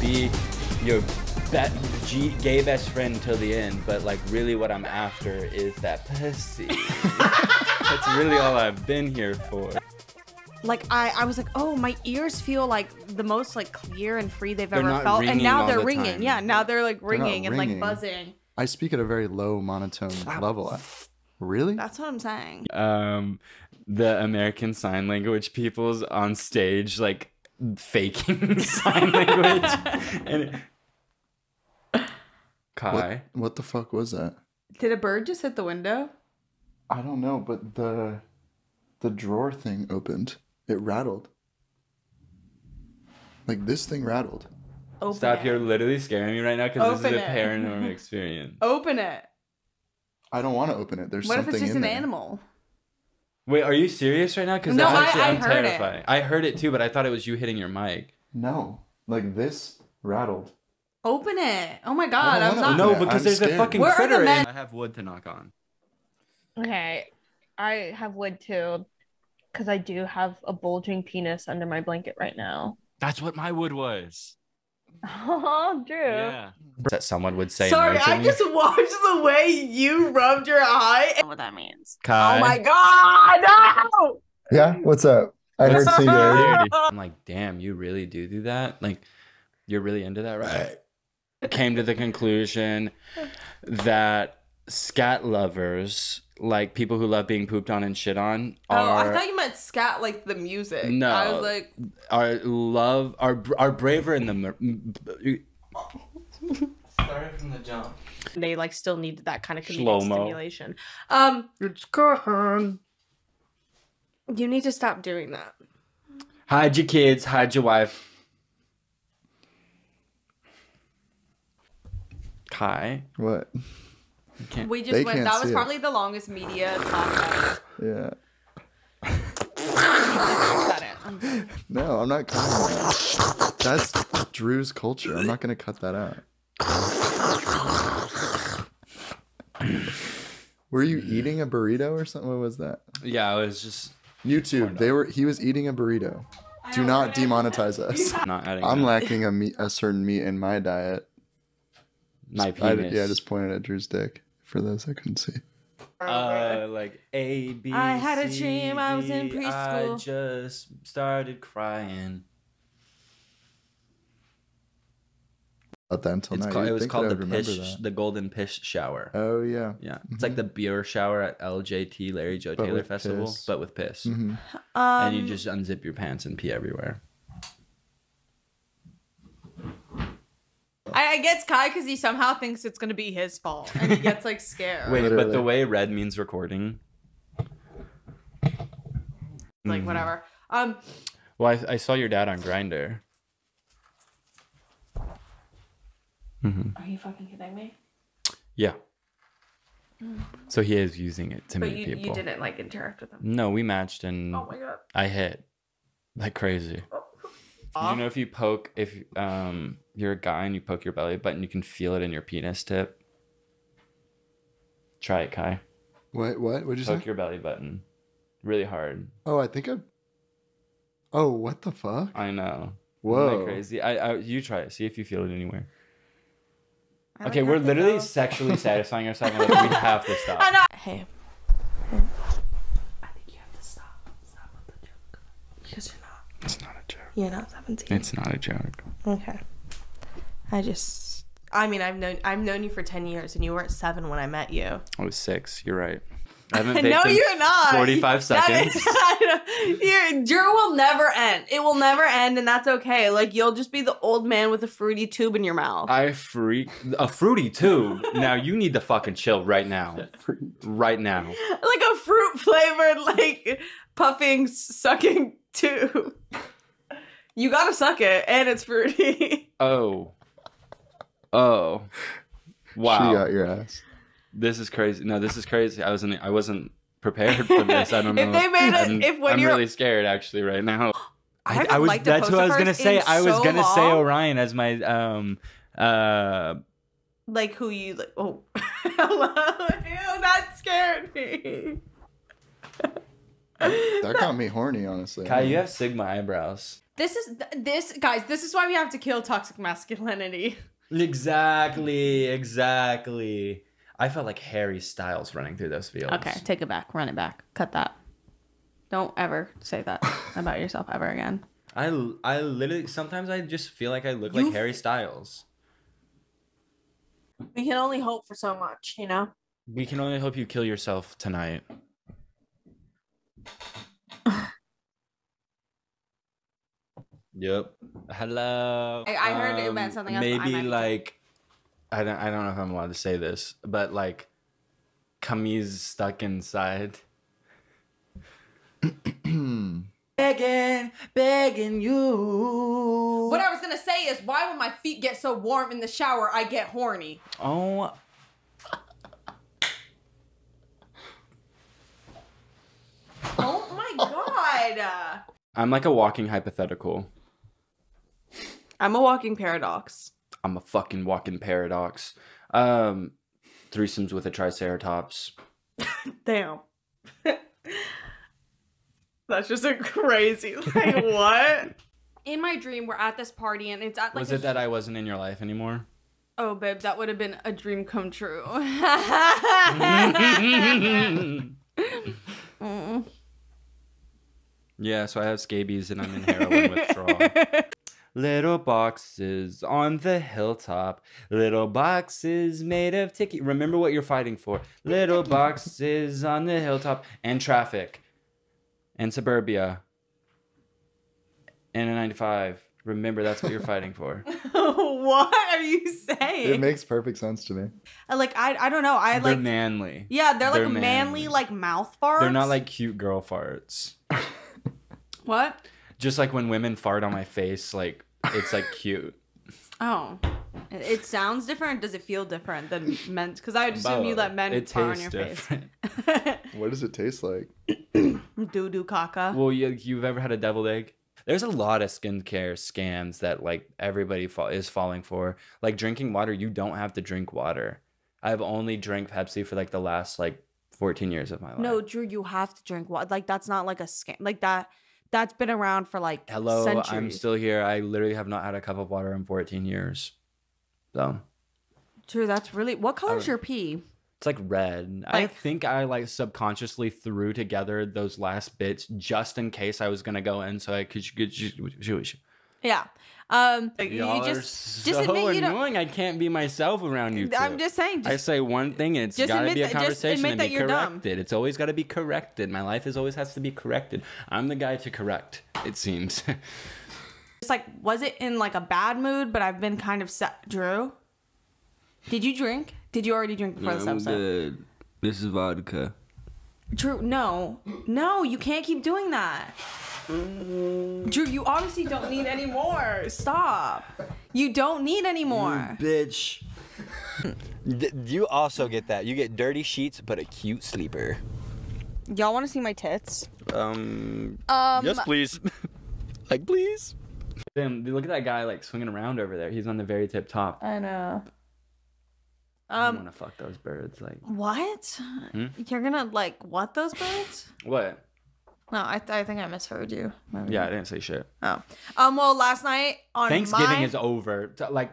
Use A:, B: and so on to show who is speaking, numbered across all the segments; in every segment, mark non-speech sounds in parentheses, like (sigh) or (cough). A: be your be- G- gay best friend till the end, but like really what I'm after is that (laughs) pussy. That's really all I've been here for.
B: Like I, I was like, oh, my ears feel like the most like clear and free they've
A: They're
B: ever
A: not
B: felt, and
A: ringing
B: now
A: all
B: they're
A: the
B: ringing.
A: time.
B: Yeah, now they're like
C: not
B: ringing and like
C: ringing.
B: buzzing.
C: I speak at a very low monotone level. I- Really?
B: That's what I'm saying.
A: Um, the American Sign Language people's on stage like faking (laughs) sign language. (laughs) and Kai,
C: What, what the fuck was that?
B: Did a bird just hit the window?
C: I don't know, but the the drawer thing opened. It rattled. Like this thing rattled.
B: Open
A: stop!
B: it.
A: You're literally scaring me right now because this
B: Open
A: is a
B: it. (laughs)
A: paranormal experience.
B: Open it.
C: I don't want to open it. There's
B: What if
C: something
B: it's just
C: in
B: an
C: there.
B: animal?
A: Wait, are you serious right now? Because
B: No, I-
A: honestly,
B: I
A: I, am
B: heard it.
A: terrified. I heard it too, but I thought it was you hitting your mic.
C: No, like this rattled.
B: Open it. Oh my god,
C: I
B: I'm
C: don't
B: not.
C: wanna
A: No,
C: Yeah,
A: because
C: I'm
A: there's a
C: scared.
A: fucking
B: Where are the
A: critter. in-
B: men?
A: I have wood to knock on.
D: Okay, I have wood too, because I do have a bulging penis under my blanket right now.
E: That's what my wood was.
D: Oh, Drew.
E: Yeah.
A: That someone would say.
B: Sorry,
A: no to
B: I
A: me.
B: just watched the way you rubbed your eye. oh
D: What that means?
A: Kai.
D: Oh my god! No!
F: Yeah, what's up? I
B: (laughs)
F: heard
D: What's
F: Singularity.
D: up?
A: I'm like, damn, you really do do that? Like, you're really into that, right? Came to the conclusion that scat lovers, like people who love being pooped on and shit on,
B: oh, I
A: are
B: thought you meant scat like the music.
A: No.
B: I was like,
A: are love are are braver in the. mer- m- b-
B: they like still needed that kind of comedic
A: Shlomo.
B: stimulation. Um, it's gone. You need to stop doing that.
A: Hide your kids, hide your wife. Kai,
C: What?
B: We just
C: They
B: went.
C: can't
B: That was
C: see it.
B: probably the longest media talk.
C: Yeah.
B: Cut it. I'm done.
C: No, I'm not cutting that. That's Drew's culture. I'm not gonna cut that out. Were you eating a burrito or something? What was that?
A: yeah, I was just
C: YouTube. They were. He was eating a burrito. Do not demonetize us.
A: not adding.
C: I'm
A: that.
C: lacking a meat, a certain meat in my diet.
A: my
C: I,
A: penis.
C: yeah, I just pointed at Drew's dick. For those that couldn't see.
A: Uh, like A B.
B: I had a dream I was in
A: C, D, I
B: preschool.
A: just started crying.
C: About that until
A: It's
C: now.
A: called,
C: You'd
A: it was
C: think that
A: called
C: I'd
A: the
C: remember
A: pish,
C: that.
A: the golden pish shower.
C: Oh yeah.
A: yeah, it's like the beer shower at LJT Larry Joe
C: But
A: Taylor
C: with
A: Festival,
C: piss.
A: but with piss,
C: Mhm.
B: Um,
A: and you just unzip your pants and pee everywhere.
B: I, I guess Kai because he somehow thinks it's gonna be his fault and he gets like scared.
A: Wait, but the
C: Literally.
A: way red means recording.
B: like
C: Mm-hmm.
A: Mhm.
B: whatever. Um,
A: Well, I, I saw your dad on Grinder.
D: Are you fucking kidding me?
A: Yeah. So he is using it to
D: But
A: meet
D: you,
A: people.
D: you didn't like interact with them.
A: No, we matched and
D: Oh my god.
A: I hit like crazy. Did you know if you poke, if um you're a guy and you poke your belly button, you can feel it in your penis tip. Try it, Kai.
C: What? What? What'd you
A: Poke
C: say?
A: your belly button, really hard.
C: Oh, I think I. Oh, what the fuck?
A: I know. Isn't that
C: Whoa.
A: crazy. I, I you try it. See if you feel it anywhere.
B: I like
A: okay,
B: how
A: we're
B: they
A: literally
B: go.
D: (laughs)
A: sexually satisfying ourselves. and, like, we have to stop.
B: I know.
D: Hey. I think you have to stop. Stop with the joke. Because you're not.
A: It's not a joke.
D: You're not 17.
A: It's not a joke.
D: Okay.
B: I just. I mean, I've known I've known you for ten years, and you weren't seven when I met you.
A: I was Oh, six. You're
B: (laughs)
A: right. I haven't baked
B: no,
A: in
B: you're not.
A: 45
B: (laughs) That
A: seconds.
B: is- I know. Your Drew will never end. It will never end, and that's okay. Like you'll just be the old man with a fruity tube in your mouth.
A: I freak a fruity too. now you need to fucking chill right
B: (laughs)
A: now, right now.
B: (laughs) like a fruit flavored, like puffing, sucking (laughs) tube. You gotta suck it, and it's fruity. (laughs)
A: Oh, oh, wow!
C: She got your ass.
A: This is crazy. No, this is crazy. I wasn't. I wasn't prepared
B: (laughs)
A: for this. I don't know.
B: If they made a-
A: I'm,
B: if when
A: I'm
B: you're-
A: really scared actually right now.
B: (gasps) I haven't
A: was.
B: liked a
A: that's what I was
B: Posifers
A: gonna say.
B: in
A: I was
B: so
A: gonna say
B: long.
A: Orion as my um uh
B: Like who you like? Oh, (laughs) hello, ew, that scared me.
C: That got me horny, honestly.
A: Kai. You have Sigma eyebrows.
B: This is this guys. This is why we have to kill toxic masculinity.
A: Exactly, exactly. I felt like Harry Styles running through those fields.
B: Okay, take it back. Run it back. Cut that. Don't ever
A: (laughs)
B: say that about yourself ever again.
A: I I literally sometimes I just feel like I look
B: You-
A: like Harry Styles.
G: We can only hope for so much, you know?
A: We can only hope you kill yourself (laughs) tonight. yep. Hello. Um,
B: I- I heard it meant something else, but I
A: Maybe
B: might be-
A: like I don't I don't know if I'm allowed to say this, but like Camille's stuck inside. Begging, begging you.
B: What I was gonna say is, why when my feet get so warm in the shower, I get horny?
A: Oh.
B: Oh
A: (laughs)
B: my god!
A: I'm like a walking hypothetical.
B: I'm a walking paradox.
A: I'm a fucking walking paradox. Um, threesomes with a triceratops.
B: Damn. (laughs) That's just
A: (laughs)
B: a crazy like what? In my dream, we're at this party and it's at like
A: Was
B: a
A: it that I wasn't in your life
B: (laughs)
A: anymore?
B: Oh, babe, that would have been a dream come true. (laughs)
A: yeah, so I have scabies and I'm in
B: (laughs)
A: heroin withdrawal. Little boxes on the hilltop. Little boxes made of ticky. Remember what you're fighting for. Little boxes on the hilltop. And traffic. And suburbia. And a 95. Remember, that's what you're fighting for.
B: what are you
C: It
B: saying?
C: makes perfect sense to me.
B: Uh, like I, I don't know. (laughs) I
A: they're
B: like
A: manly.
B: yeah, they're like
A: they're
B: manly.
A: manly.
B: like mouth farts.
A: They're not like cute girl farts.
B: what?
A: Just like when women fart on my face, like it's like cute.
B: Oh, it, it sounds different. Does it feel different than men? Because I would assume (laughs) you let men
A: It
B: fart on your
A: tastes different. (laughs)
B: (laughs) face.
C: What does it taste like? (laughs)
B: Doo doo caca.
A: Well, you, you've ever had a deviled egg? There's a lot of skincare scams that like everybody fa- is falling for. Like drinking water, you don't have to drink water. I've only drank Pepsi for like the last like 14 years of my life.
B: No, Drew, you have to drink water. Like that's not like a scam. Like that, that's been around for like
A: Hello,
B: centuries.
A: I'm still here. I literally have not had a cup of water in 14 years. So
B: Drew, that's really what color's
A: would-
B: your pee?
A: it's like red. I
B: Like-
A: think I like subconsciously threw together those last bits just in case I was gonna go in. So I could. could, could
B: Yeah. Um, you
A: Y'all are
B: just
A: so
B: just admit you don't-
A: annoying. I can't be myself around you.
B: I'm
A: two.
B: just saying.
A: I
B: Just,
A: say one thing and it's
B: just
A: got to
B: admit
A: be a
B: that- just
A: conversation
B: admit
A: and
B: that
A: be
B: you're dumb.
A: corrected. It's always got to be corrected. My life is always has to be corrected. I'm the guy to correct. It seems.
B: just like was it in like a bad mood? But I've been kind of sa- Drew. Did you drink? Did you already drink before this episode?
A: This is vodka.
B: Drew, no, no, you can't keep doing that. Drew, you obviously don't need any more. Stop. You don't need any more.
H: (laughs) bitch. you also get that. You get dirty sheets, but a cute sleeper.
I: Y'all want to see my tits?
H: Um.
I: Um,
H: please. (laughs) like, please.
A: Then look at that guy like swinging around over there. He's on the very tip top.
I: I know.
A: I
B: Um,
A: want to fuck those birds. Like
B: what?
A: Hmm?
B: You're gonna like what
A: (laughs)
B: those birds?
A: what?
I: No, I, I think I misheard you.
A: Yeah, I didn't say shit.
B: Oh, um. Well, last night on
A: Thanksgiving
B: my-
A: is over. T- like,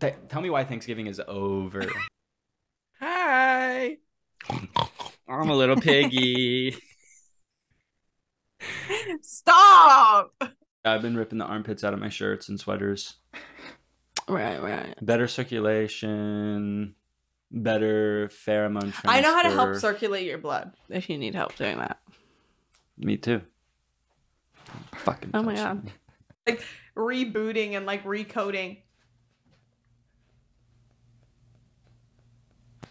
A: t- tell me why Thanksgiving is
H: (laughs)
A: over. Hi. I'm a little (laughs) piggy.
G: Stop!
A: I've been ripping the armpits out of my shirts and sweaters.
G: Right, right.
A: Better circulation, better pheromone transfer.
B: I know how to help
A: circulate.
B: circulate your blood if you need help doing that.
A: Me too. Fucking.
G: Oh my
A: touch
G: God.
A: me.
B: Like rebooting and like recoding.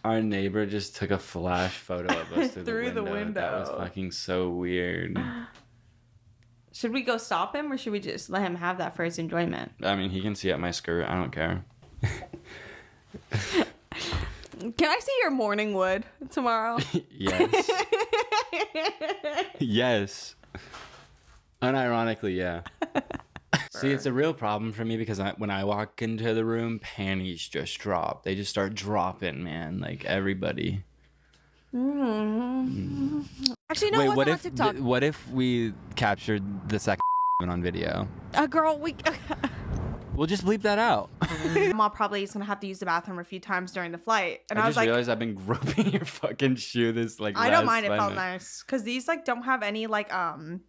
A: Our neighbor just took a flash photo of
B: (laughs)
A: us through,
B: Through
A: the,
B: the
A: window. That was
B: window.
A: fucking so
B: (gasps)
A: weird.
B: Should we go stop him or should we just let him have that for his enjoyment?
A: I mean, he can see up my skirt. I don't
B: (laughs)
A: care.
B: Can I see your morning wood (laughs) tomorrow?
A: Yes. yes. Unironically,
B: (laughs)
A: yeah. See, it's a real problem for me because I, when I walk into the room, panties just drop. They just start dropping, man. Like everybody.
B: Actually, no, it
A: Wait,
B: wasn't
A: what
B: on
A: if
B: TikTok.
A: th- what if we captured the second (laughs) it on video.
B: A Uh, girl, we. (laughs)
H: We'll just bleep that out.
B: Mom probably is gonna have to use the bathroom a few times during the flight, and I,
A: I,
B: was
A: just
B: like,
A: realized I've been (laughs) groping your fucking shoe this like.
B: I
A: last
B: don't mind. It felt
A: segment.
B: nice because these like don't have any like um,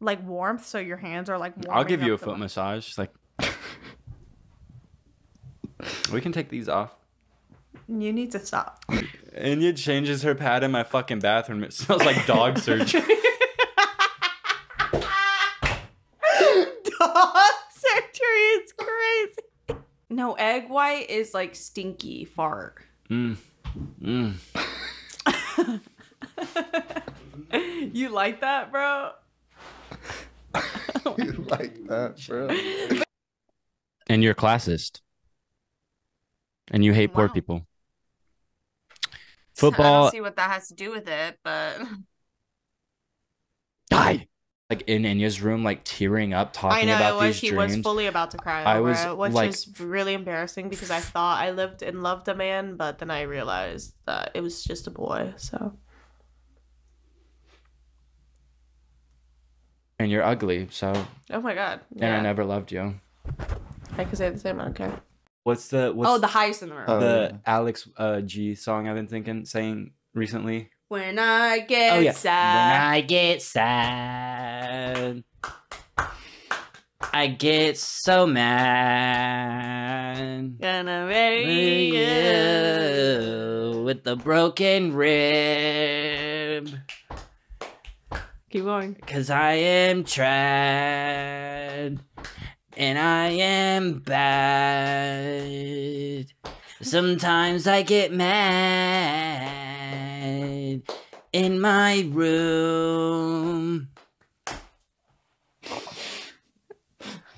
B: like warmth, so your hands are like.
A: I'll give
B: warming
A: you a
B: up the-
A: foot massage. She's (laughs) like, we can take these off.
B: You need to
A: (laughs)
B: stop.
A: Inya changes her pad in my fucking bathroom. It smells like (laughs) dog surgery.
B: Dog (laughs) surgery is crazy. No, egg white is like stinky fart. (laughs)
A: Mm.
B: You like that, bro?
C: you like that, bro?
A: and you're classist and you hate poor
G: Wow.
A: people
G: I
A: football
G: don't see what that has to do with it, but
A: die like in Enya's room like tearing up
B: I
A: talking
B: know
A: about
B: it was.
A: these
B: She
A: dreams
B: was fully about to cry.
A: I
B: over
A: was,
B: it, which
A: like-
B: is really embarrassing because I thought I lived and loved a man, but then I realized that it was just a boy. So
A: and you're ugly so
B: oh my god,
A: and I
B: yeah,
A: never loved you
B: I, could say the same. I don't care.
A: what's the what's
B: Oh, the highest in the room.
A: the,
C: Oh, yeah.
A: Alex uh, G song I've been thinking saying recently
B: when I get sad,
A: oh, I get sad I get so mad
B: gonna marry you.
A: with the broken rib
B: Keep going.
A: cuz i am tried and i am bad sometimes i get mad in my room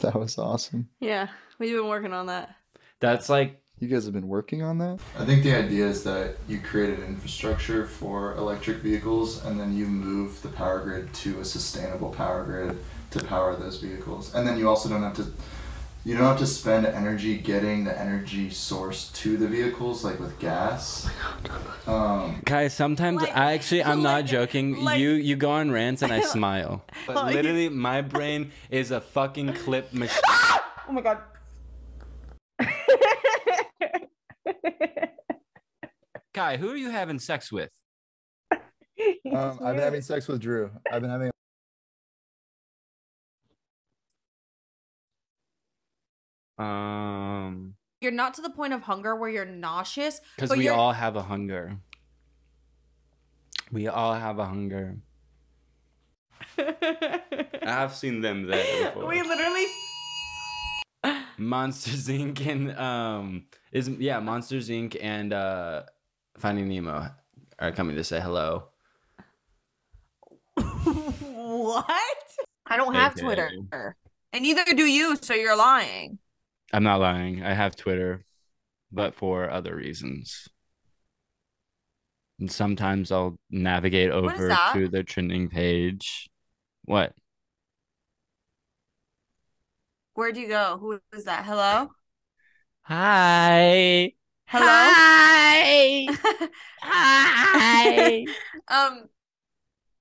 C: That was awesome.
B: Yeah, we've been working on that.
A: that's like
C: You guys have been working on that?
J: I think the idea is that you create an infrastructure for electric vehicles and then you move the power grid to a sustainable power grid to power those vehicles. And then you also don't have to you don't have to spend energy getting the energy source to the vehicles like with gas. Um,
A: guys sometimes
B: Like-
A: i actually i'm not
B: like-
A: joking
B: like-
A: you you go on rants
B: (laughs)
A: and i smile but
B: Like- (laughs)
A: literally my brain is a fucking clip machine
B: Oh my
G: (laughs)
B: god.
K: Kai, who are you having sex with?
C: Um, I've been having sex with Drew. I've been having.
A: um
B: You're not to the point of hunger where you're nauseous. (laughs)
A: Because
B: but
A: we
B: you're-
A: all have a hunger. We all have a hunger. I've seen them there before.
B: we literally (laughs)
A: Monsters Inc. and um is yeah Monsters Inc. and uh Finding Nemo are coming to say hello.
B: what?
G: I don't have
A: Okay.
G: Twitter. And neither do you, so you're lying.
A: I'm not lying. I have Twitter, but for other reasons. And sometimes I'll navigate
G: What is
A: over
G: that?
A: to the trending page. What?
G: Where do you go? Who is that? Hello? (laughs)
A: Hi.
G: Hello?
L: Hi.
G: (laughs) Hi. um,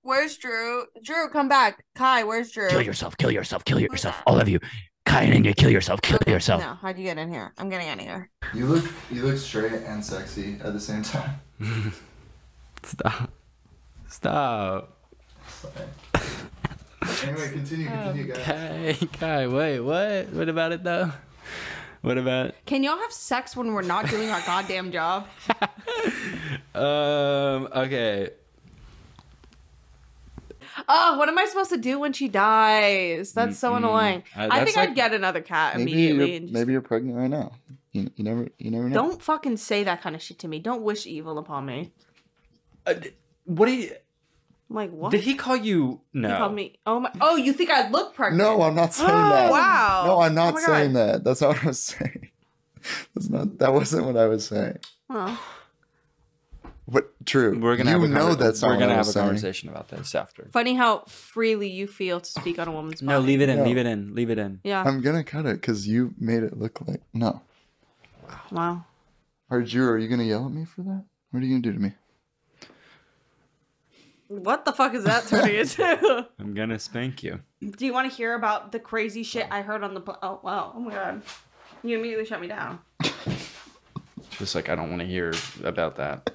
G: where's Drew? Drew, come back. Kai, where's Drew?
L: kill yourself. Kill yourself. Kill yourself.
G: that?
L: All of you. Kai and Enya, kill yourself. Kill
G: Okay,
L: yourself.
G: No, how'd you get in here? I'm getting out of here.
J: you look you look straight and sexy at the same time. (laughs)
A: Stop. Stop.
J: Sorry. anyway,
C: Um,
J: continue, continue, guys.
A: Hey, guy, wait, what? What about it though? What about?
B: Can y'all have sex when we're not doing our goddamn job?
A: (laughs)
B: (laughs)
A: Um, okay.
B: Oh, what am I supposed to do when she dies? That's so
A: Mm-mm.
B: annoying.
A: Uh,
B: I
A: that's
B: think I'd
A: like-
B: get another cat
C: Maybe
B: immediately.
C: you're,
B: and just-
C: maybe you're pregnant right now. You, you never you never know.
B: Don't fucking say that kind of shit to me. Don't wish evil upon me.
A: Uh, d- what do you?
B: I'm like, what?
A: Did he call you? No.
B: He called me. Oh my. Oh, you think I look pregnant?
C: No, I'm not saying that.
B: Oh, wow.
C: No, I'm
B: Oh
C: not
B: my God.
C: saying that. That's not what I was (laughs) saying. That's not. That wasn't what I was saying.
B: Oh,
C: But true.
A: We're gonna
C: You
A: have a
C: know
A: conver-
C: that's not
A: We're
C: what
A: gonna
C: I
A: have
C: was
A: a
C: saying.
A: conversation about this after.
B: Funny how freely you feel to speak on a woman's body.
A: No, leave it in.
C: No.
A: Leave it in. Leave it in.
B: Yeah.
C: I'm gonna cut it because you made it look like no.
B: Wow.
C: Arjur, are you gonna yell at me for that? What are you gonna do to me?
B: What the fuck is that turning into?
A: (laughs) I'm gonna spank you.
B: (laughs) Do you want to hear about the crazy shit I heard on the? pl- Oh wow! Oh my god! You immediately shut me down.
A: Just like I don't want to hear about that.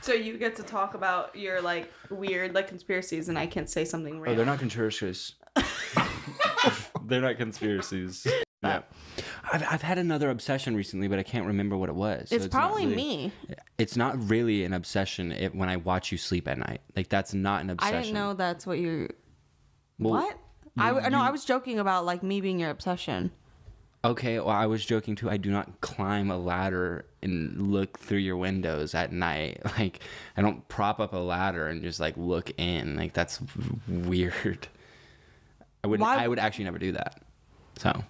B: So you get to talk about your like weird like conspiracies, and I can say something
A: Oh,
B: random.
A: they're not conspiracies. (laughs) they're not conspiracies. (laughs) Yeah. I've, I've had another obsession recently, but I can't remember what it was. so
B: it's,
A: not
B: probably
A: really-
B: me.
A: It's not really an obsession if, when I watch you sleep at night. Like that's not an
B: I
A: obsession.
B: didn't know that's what you.
A: Well,
B: what? I w- no, I was joking about like me being your obsession.
A: Okay, well, I was joking too. I do not climb a ladder and look through your windows at night. (laughs) Like, I don't prop up a ladder and just like look in. Like, that's w- weird. I would
B: Why-
A: I would actually never do that. So,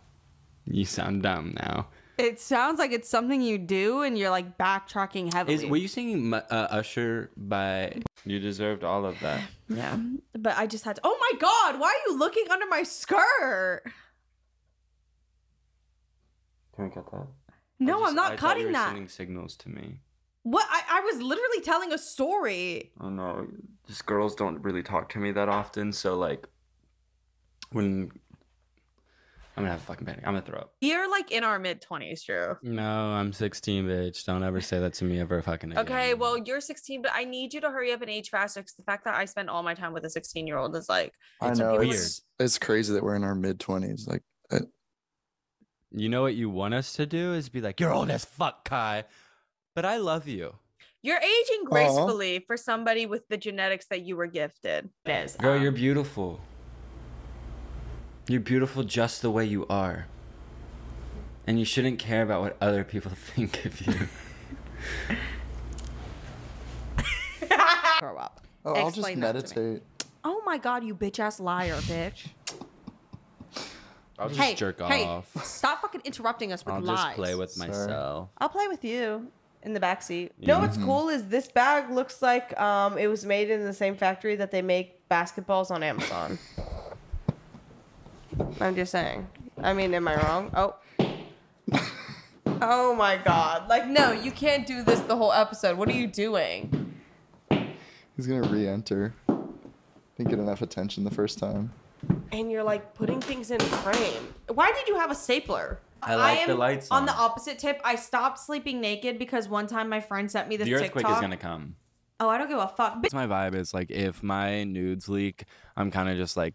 A: you sound dumb now.
B: It sounds like it's something you do, and you're like backtracking heavily.
A: Is were you singing Mu- uh, Usher by? You deserved all of that.
B: Yeah, but I just had to. Oh my god! Why are you looking under my skirt?
A: Can we cut that?
B: No, I'm not cutting that.
A: Sending signals to me.
B: What? I, I was literally telling a story.
A: I don't know. Just girls don't really talk to me that often. So like, when I'm gonna have a fucking panic. I'm gonna throw up.
I: You're like in our mid 20s, Drew.
A: No, I'm 16, bitch. Don't ever say that to me ever fucking again.
I: Okay, well, you're 16, but I need you to hurry up and age faster because the fact that I spend all my time with a 16 year old is like,
A: It's
C: I know
A: weird.
C: it's it's crazy that we're in our mid twenties. Like
A: you know what you want us to do is be like, you're old as fuck, Kai, but I love you.
I: you're aging gracefully for somebody with the genetics that you were gifted.
B: It is.
A: Girl, you're beautiful. You're beautiful just the way you are. And you shouldn't care about what other people (laughs) think of you.
B: grow up.
C: oh, I'll just
B: Explain that to me.
C: meditate.
B: Oh my god, you bitch ass liar, bitch.
A: I'll just
B: hey,
A: jerk
B: hey,
A: off.
B: Stop fucking interrupting us with
A: I'll
B: lies.
A: just play with
C: Sorry.
A: myself.
B: I'll play with you in the back seat. No, what's
A: Mm-hmm.
B: cool is this bag looks like um it was made in the same factory that they make basketballs on Amazon. I'm just saying. I mean, am I wrong?
A: (laughs)
B: Oh. Oh my god. Like no, you can't do this the whole episode. What are you doing?
C: He's gonna re-enter. Didn't get enough attention the first time.
B: And you're like putting things in frame. Why did you have a stapler?
A: I like the lights
B: on. the
A: on.
B: opposite tip. I stopped sleeping naked because one time my friend sent me this
A: The earthquake
B: TikTok.
A: is gonna come.
B: Oh, I don't give a fuck. Bitch,
A: That's my vibe. It's like if my nudes leak, I'm kind of just like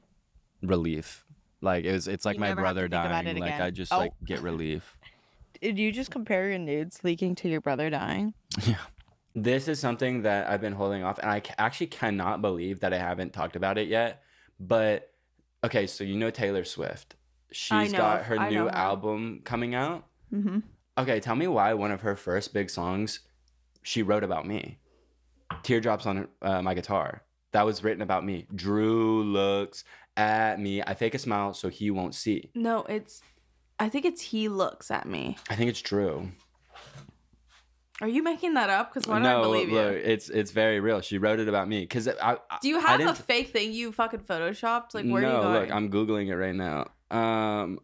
A: relief. Like it's it's like
B: You
A: my
B: never have to
A: brother
B: think about
A: dying.
B: it
A: Like
B: again.
A: I just
B: Oh.
A: like get relief.
B: Did you just compare your nudes leaking to your brother dying?
A: (laughs) This is something that I've been holding off, and I ca- actually cannot believe that I haven't talked about it yet. But okay, so you know Taylor Swift. She's
B: know
A: got
B: of-
A: her
B: I
A: new
B: know her.
A: album coming out.
B: Mm-hmm.
A: Okay, tell me why one of her first big songs she wrote about me. Teardrops on uh, my guitar. That was written about me. Drew looks at me. I fake a smile so he won't see.
B: No, it's. I think it's he looks at me.
A: I think it's Drew.
B: Are you making that up? Because why don't I believe
A: look,
B: you?
A: it's it's very real. She wrote it about me because I, I.
B: Do you
A: I
B: have a
A: didn't-
B: fake thing you fucking photoshopped? Like, where
A: no,
B: are you going?
A: look, I'm googling it right now. Um,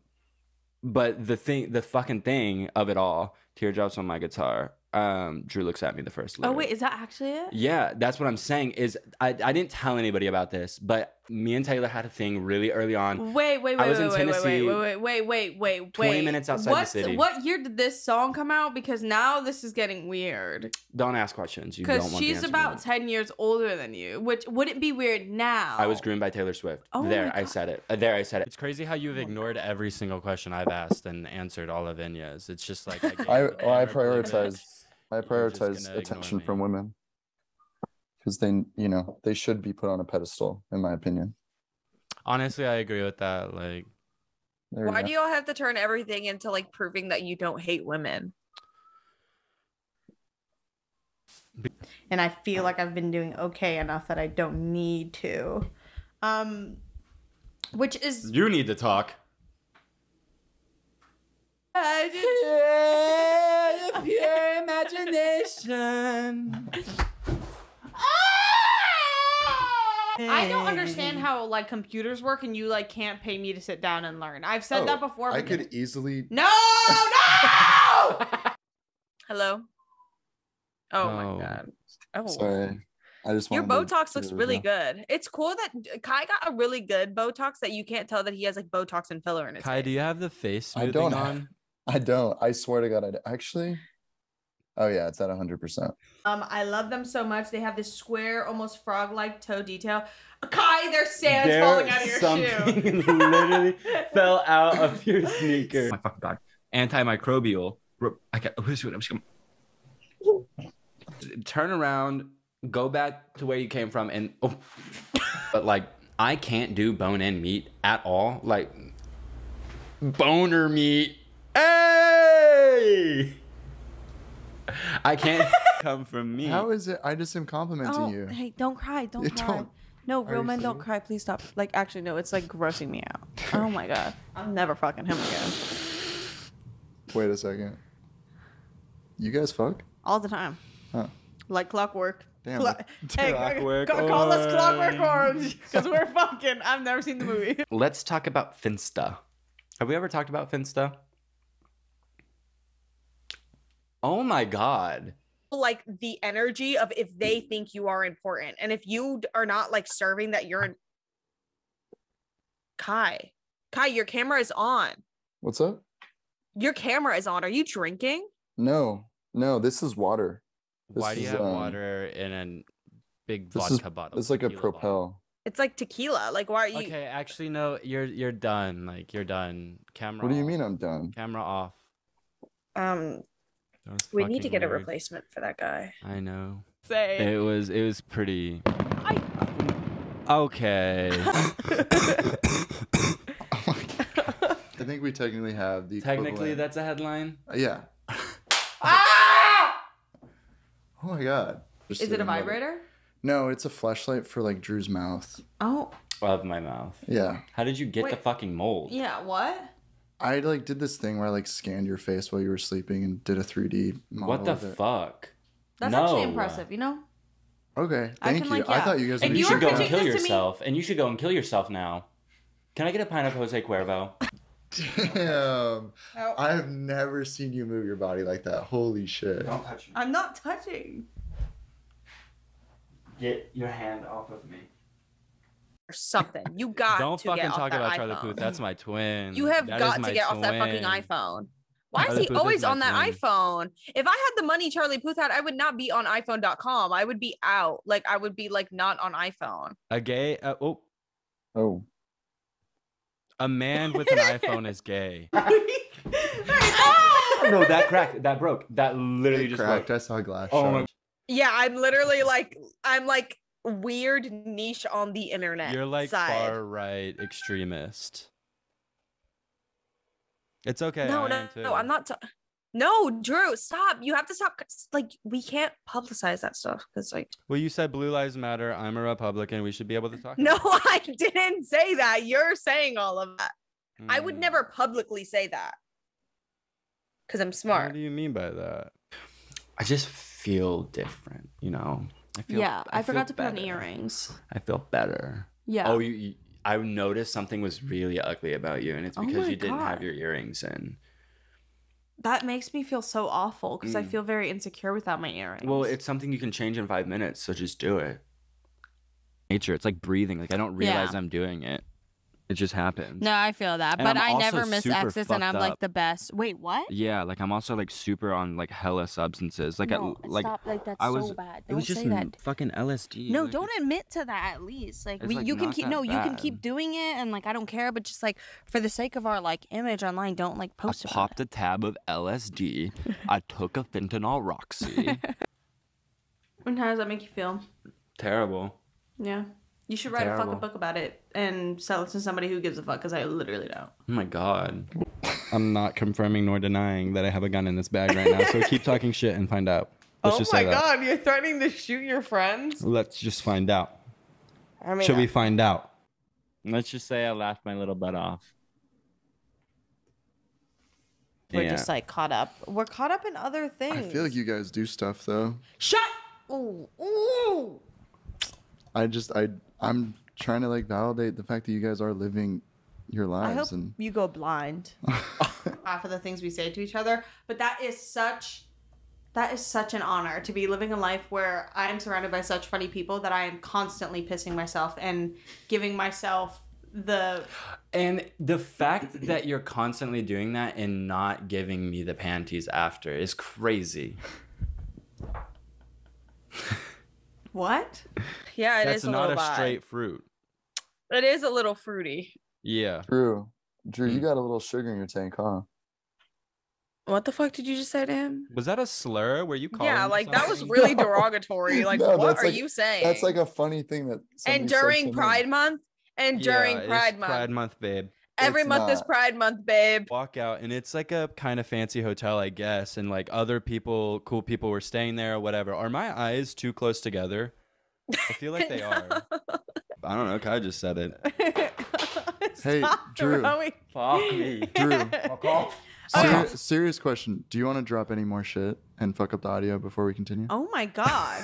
A: but the thing, the fucking thing of it all, teardrops on my guitar. Um, Drew looks at me the first.
B: oh
A: lyric.
B: wait, is that actually it?
A: Yeah, that's what I'm saying. Is I, I didn't tell anybody about this, but me and Taylor had a thing really early on.
B: Wait, wait, wait,
A: I was
B: wait,
A: in
B: wait, wait,
A: Tennessee
B: wait, wait, wait, wait, wait,
A: 20
B: wait.
A: minutes outside the
B: What's-
A: city.
B: What year did this song come out? Because now this is getting weird.
A: Don't ask questions. You don't want
B: Because
A: the
B: she's
A: answer to
B: about
A: that.
B: ten years older than you, which wouldn't be weird now.
A: I was groomed by Taylor Swift.
B: Oh my
A: there, I
B: God.
A: said it. Uh, There, I said it. It's crazy how you've ignored every single question I've asked and answered all of Inya's. It's just (laughs) like
C: I- well, I prioritized- I prioritize
A: gonna ignore
C: attention
A: me.
C: from women because they, you know, they should be put on a pedestal, in my opinion.
K: Honestly, I agree with that. Like,
C: There we
I: Why
C: go.
I: do y'all have to turn everything into like proving that you don't hate women?
B: and I feel like I've been doing okay enough that I don't need to. Um, which is
A: You need to talk.
B: (laughs)
A: Pure imagination.
B: I don't understand how like computers work and you like can't pay me to sit down and learn. I've said
C: Oh,
B: that before.
C: I
B: but-
C: could e- easily.
B: No, no.
C: (laughs)
I: Hello? Oh, my
A: Oh.
I: god. Oh.
C: Sorry, I just
M: Your
C: wanted to
M: Botox
C: do
M: looks
C: it
M: really
C: now.
M: good. It's cool that Kai got a really good Botox that you can't tell that he has like Botox and filler in his
K: Kai, do you have the face
C: I
K: smoothing
C: don't.
K: on?
C: I don't. I swear to God, I d- actually. Oh yeah, it's at hundred percent.
B: Um, I love them so much. They have this square, almost frog-like toe detail. Kai, there's sand
A: There-
B: falling out of your shoe.
A: something (laughs) literally fell out of
B: (laughs)
A: your sneaker.
K: My fucking god. Antimicrobial. Ro- I got. What is it? I'm just gonna-
A: Turn around, go back to where you came from, and oh, but like I can't do bone in meat at all. Like boner meat. Hey, I can't (laughs) come from me.
C: How is it? I just am complimenting
B: Oh,
C: you.
B: hey, don't cry. Don't
C: You
B: cry.
C: don't.
B: No, real
C: you
B: men don't
C: serious?
B: cry. Please stop. Like, actually, no, it's like grossing me
C: (laughs)
B: out. Oh my god. I'm never fucking him again.
C: Wait a second. You guys fuck?
B: All the time.
C: Huh.
B: Like clockwork.
C: Damn. (laughs)
B: Clo- (laughs) hey,
K: Clockwork
B: ca- ca- call us Clockwork
K: Orange.
B: Orange because we're fucking. I've never seen the movie. (laughs)
A: Let's talk about Finsta. Have we ever talked about Finsta? Oh my god.
M: like the energy of if they think you are important and if you d- are not like serving that you're in kai kai your camera is on
C: What's up?
M: your camera is on are you drinking
C: No, no. This is water. This
K: Why do you
C: is,
K: have
C: um,
K: water in a big
C: This
K: vodka
C: is
K: bottle?
C: it's like a
K: tequila
C: propel.
K: bottle?
M: it's like tequila like why are you
K: Okay, actually, no. You're you're done. Like you're done. Camera.
C: What do you
K: off.
C: mean I'm done?
K: Camera off.
M: um
K: That was
M: we need to
K: fucking
M: get a
K: weird.
M: replacement for that guy
K: I know.
B: Say.
K: It was it was pretty. Okay.
C: Oh my God. I think we technically have the
A: Technically,
C: equivalent-
A: that's a headline.
C: Uh, yeah. Oh my god. Just
B: Is it a
C: another-
B: vibrator?
C: No, it's a flashlight for like Drew's mouth.
B: Oh,
A: Of my mouth.
C: Yeah.
A: How did you get the
B: Wait.
A: fucking mold?
B: yeah. What?
C: I like did this thing where I like scanned your face while you were sleeping and did a 3D model.
A: What the
C: of it.
A: fuck?
B: That's
A: No.
B: actually impressive, you know?
C: Okay,
B: I
C: thank
B: can,
C: you.
B: like,
C: I
B: yeah.
C: thought you guys
B: If
A: And
C: would
A: you,
B: you were
A: should go and
C: (laughs)
B: pitching
A: kill
B: this to me-
A: yourself. And you should go and kill yourself now. Can I get a pineapple Jose Cuervo?
C: Damn. I have never seen you move your body like that. Holy shit.
J: Don't touch me.
B: I'm not touching.
A: Get your hand off of me.
M: or something
K: (laughs)
M: you got
K: Don't
M: to get
K: fucking
M: off
K: talk
M: that
K: about
M: iPhone.
K: Charlie Puth. That's my twin.
M: (laughs) you have
K: That is
M: got
K: my
M: to get off that fucking
K: twin. (laughs)
M: iphone why is
K: Charlie
M: he
K: Puth is
M: always
K: my
M: on that
K: twin.
M: iPhone? If I had the money Charlie Puth had, I would not be on iPhone.com. I would be out. Like I would be like not on iPhone.
B: (laughs)
K: A gay. Uh, oh,
C: Oh.
K: a man
M: (laughs)
K: with an iPhone is gay.
A: no, that cracked. That broke. That literally
C: It
A: just
C: cracked.
A: broke.
C: I saw a glass.
A: Oh
C: shard.
A: my-
M: Yeah, I'm literally like I'm like weird niche on the internet.
K: You're like
M: side.
K: far right extremist. It's okay.
M: no,
K: I
M: no,
K: am too.
M: no, I'm not. ta- no, Drew, stop. You have to stop. c- Like we can't publicize that stuff
A: (laughs)
M: because like
K: Well, you said Blue Lives Matter. I'm a Republican. We should be able to talk.
M: no,
K: about
M: I didn't say that. You're saying all of that.
K: it.
M: I would
K: Mm.
M: never publicly say that because I'm
K: What
M: smart.
K: do you mean by that?
A: I just feel different, you know? I feel,
B: yeah, I,
A: feel
B: forgot to put on
A: better.
B: earrings.
A: I feel better.
B: Yeah.
A: Oh, you, you. I noticed something was really ugly about you, and it's
B: Oh
A: because
B: my
A: you didn't have
B: God.
A: your earrings in.
B: that makes me feel so awful because I
A: Mm.
B: feel very insecure without my earrings.
A: Well, it's something you can change in five minutes, so just do it. Nature, it's like breathing. Like I don't realize
M: Yeah.
A: I'm doing it. It just happens.
M: No, I feel that,
A: And but I'm I never also miss super X's, and fucked I'm, like, up.
M: the best. Wait, what?
A: Yeah, like I'm also like super on like hella substances. Like I like
M: like that's
A: I was-
M: bad.
A: it was just m- fucking LSD.
M: No,
A: like,
M: don't
A: it's-
M: admit to that at least. Like
A: Mm. It's,
M: we,
A: like,
M: you can
A: not
M: keep
A: that
M: no, you can keep
A: bad.
M: doing it and like I don't care, but just like for the sake of our like image online, don't like post
A: I
M: about
A: popped a tab of
B: (laughs)
A: LSD. I took a fentanyl Roxy.
B: and how does that make you feel?
A: Terrible.
B: Yeah. You should write a
A: Terrible.
B: fucking book about it and sell it to somebody who gives a fuck because I literally don't.
A: Oh my god.
K: (laughs) I'm not confirming nor denying that I have a gun in this bag right now. So keep talking shit and find out. Let's just say that.
B: Oh you're threatening to shoot your friends?
K: Let's just find out.
M: it. I mean,
B: uh,
K: Should we find out?
A: Let's just say I laughed my little butt off.
M: we're
A: Yeah.
M: just like caught up. We're caught up in other
C: I
M: things.
C: feel like you guys do stuff though.
B: Shut!
M: Ooh, ooh.
C: I just I I'm trying to like validate the fact that you guys are living your
B: I hope
C: lives and
B: you
C: (laughs)
B: go blind. Half of the things we say to each other, but that is such That is such an honor to be living a life where I am surrounded by such funny people that I am constantly pissing myself and giving myself the
A: And the fact that you're constantly doing that and not giving me the panties after is crazy.
B: what?
M: Yeah, it is
K: That's
M: a
K: not
M: little
K: a
M: vibe.
K: straight fruit.
M: It is a little fruity.
K: Yeah.
C: Drew, Drew, you got a little sugar in your tank, huh?
G: What the fuck did you just say to him?
K: Was that a slur? Were you calling?
M: Yeah,
K: me
M: like that was
B: (laughs)
K: something?
M: really
C: No.
M: derogatory.
C: (laughs)
M: Like,
C: No,
M: what
C: that's
M: are
C: like-
M: you saying?
C: That's like a funny thing that.
M: and
C: somebody said
M: during
C: to me.
M: Pride Month, and during
K: Yeah, it's
M: Pride Month,
K: Pride Month, babe.
M: every
C: It's
M: month is
K: Uh,
C: not.
M: Pride
B: (laughs)
M: Month, babe.
K: Walk out, and it's like a kind of fancy hotel, I guess, and like other people, cool people were staying there or whatever. Are my eyes too close together? I feel like they are.
A: (laughs)
K: I don't know. Kai just said it.
C: Hey,
M: Stop
C: Drew.
M: throwing-
A: Fuck (laughs) me.
C: Drew,
M: (laughs) Okay.
C: seri- serious question. Do you want to drop any more shit and fuck up the audio before we continue?
B: Oh my god.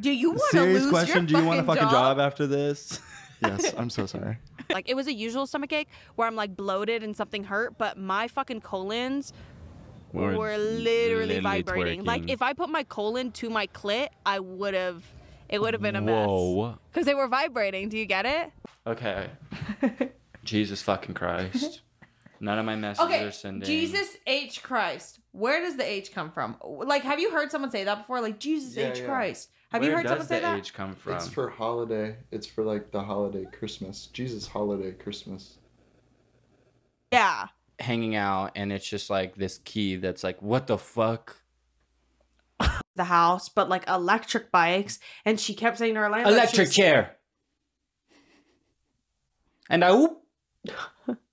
B: Do you want to
K: Serious
B: lose
K: question.
B: your
K: Do you want a
B: fucking
K: fucking job after this?
C: Yes, I'm so sorry.
B: like it was a usual stomach ache where I'm like bloated and something hurt, but my fucking colons were,
K: (laughs) Were
B: literally,
K: literally
B: vibrating. Like
K: twerking.
B: if I put my colon to my clit, I would have it would have been a mess.
K: Whoa.
B: Because they were vibrating. Do you get it?
A: Okay. (laughs) Jesus fucking Christ. None
B: (laughs)
A: of my messages are sending.
B: Jesus H Christ. Where does the H come from? Like, have you heard someone say that before? Like Jesus
J: Yeah,
B: H
J: yeah.
B: Christ. Have you
A: Where
B: heard
A: does
B: someone say
A: the
B: that?
A: age come from?
J: It's for holiday.
C: It's for like the holiday Christmas. Jesus, holiday Christmas.
B: Yeah.
A: Hanging out, and it's just like this key that's like, what the fuck?
B: The house, but like electric bikes, and she kept saying to her landlord, she
A: Electric
B: was-
A: chair. And I
B: (laughs)
A: whoop.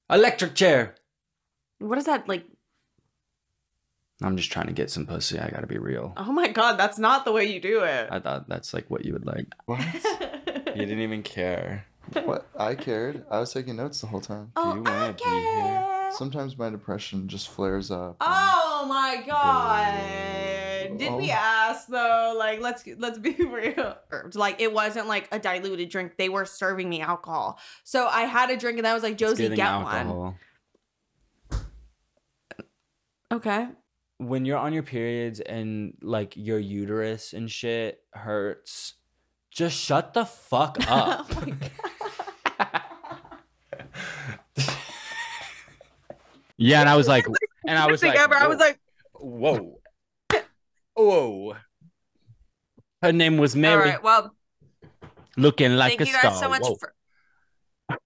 A: Electric chair.
B: What is that like?
A: I'm just trying to get some pussy. I gotta be real.
B: Oh my god, that's not the way you do it.
A: (laughs) I thought that's like what you would like.
C: What?
A: You didn't even care.
C: (laughs) what? I cared. I was taking notes the whole time.
B: oh,
A: you
B: I
A: wanna be here?
B: care.
C: Sometimes my depression just flares up.
B: Oh my god. Did we
C: Oh.
B: ask though? Like let's let's be (laughs) real. Like it wasn't like a diluted drink. They were serving me alcohol. So I had a drink and I was like, Josie,
A: Getting
B: get
A: alcohol.
B: one. Okay.
A: when you're on your periods and like your uterus and shit hurts, just shut the fuck up.
B: oh my god.
A: (laughs) yeah, and I was like, and I
M: First
A: was
M: thing
A: like,
M: ever, I was like,
A: whoa, whoa. Her name was Mary,
G: All right. Well,
A: looking like
G: thank
A: a
G: you
A: star.
G: guys so much
A: Whoa.
G: for.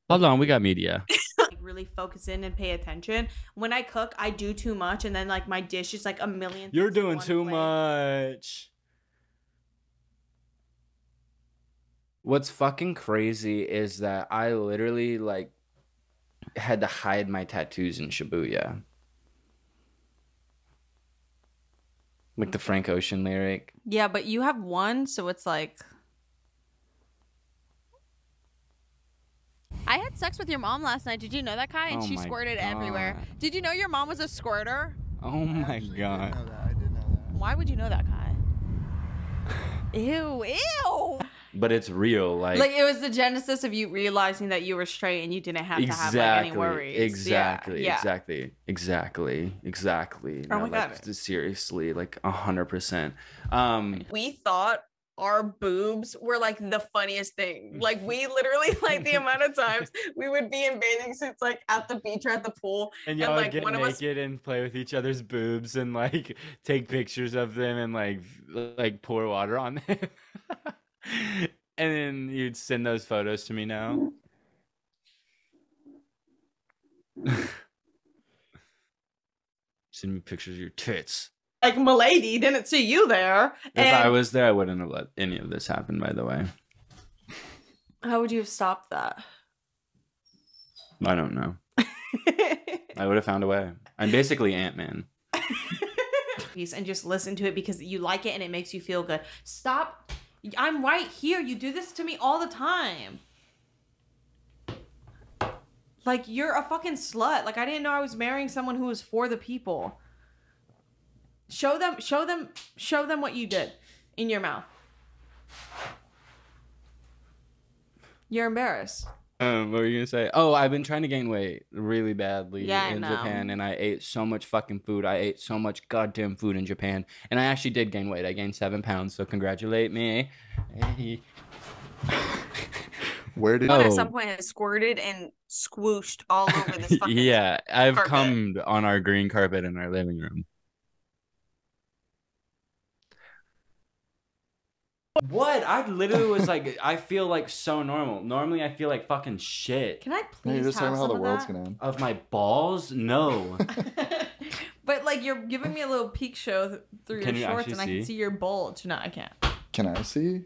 A: Hold on, we got media.
B: like, really focus in and pay attention. When I cook, I do too much and then like my dish is like a million
D: (laughs)
A: You're
B: things in
A: doing
B: one
A: too
B: plate.
A: much. What's fucking crazy is that I literally like had to hide my tattoos in Shibuya. Like the Frank Ocean lyric.
B: Yeah, but you have one, so it's like
D: I had sex with your mom last night. Did you know that, Kai? And
K: Oh
D: she
K: my
D: squirted everywhere.
K: God.
D: Did you know your mom was a squirter?
K: Oh my god.
C: I did know that.
D: Why would you know that, Kai? Ew, ew.
A: But it's real, like,
B: like it was the genesis of you realizing that you were straight and you didn't have to have like,
A: exactly,
B: any worries. Yeah,
A: exactly,
B: yeah.
A: exactly, exactly, exactly.
B: Oh
A: No,
B: my
A: like, Seriously, like a hundred percent. Um,
M: we thought our boobs were like the funniest thing. Like we literally (laughs) like the amount of times we would be in bathing suits like at the beach or at the pool.
K: and
M: And,
K: y'all would
M: like,
K: get
M: one of us-
K: naked and play with each other's boobs and like (laughs) take pictures of them and like like pour water on them. (laughs) and then you'd send those photos to me now. (laughs)
A: send me pictures of your tits.
B: Like Milady didn't see you there.
A: If
B: and
A: I was there, I wouldn't have let any of this happen, by the way.
B: how would you have stopped that?
A: I don't
B: (laughs)
A: know. I would have found a way. I'm basically Ant Man.
B: Piece and just listen to it because you like it and it makes you feel good. Stop. I'm right here. You do this to me all the time. Like you're a fucking slut. Like I didn't know I was marrying someone who was for the people. Show them show them show them what you did in your mouth. You're embarrassed.
A: Um, what were you gonna say? Oh, I've been trying to gain weight really badly
B: Yeah, I
A: in
B: know.
A: Japan, and I ate so much fucking food. I ate so much goddamn food in Japan, and I actually did gain weight. I gained seven pounds, so congratulate me. Hey.
C: Where
B: Oh,
A: did
G: Someone at some point has squirted and squooshed all
L: (laughs)
G: over this
A: (laughs)
G: fucking
A: yeah, I've
G: carpet.
A: come on our green carpet in our living room. What? I literally was like, (laughs) I feel like so normal. Normally, I feel like fucking shit.
B: Can I
C: No,
B: please
C: you're just
B: have
C: talking about
B: some
C: how the
B: of
C: world's
B: that?
C: gonna end.
A: Of my balls?
B: (laughs)
A: No.
B: But like you're giving me a little peek show th- through
C: Can you
B: your shorts,
C: actually
B: and I can
C: see?
B: see your bulge. No, I can't.
C: Can I see?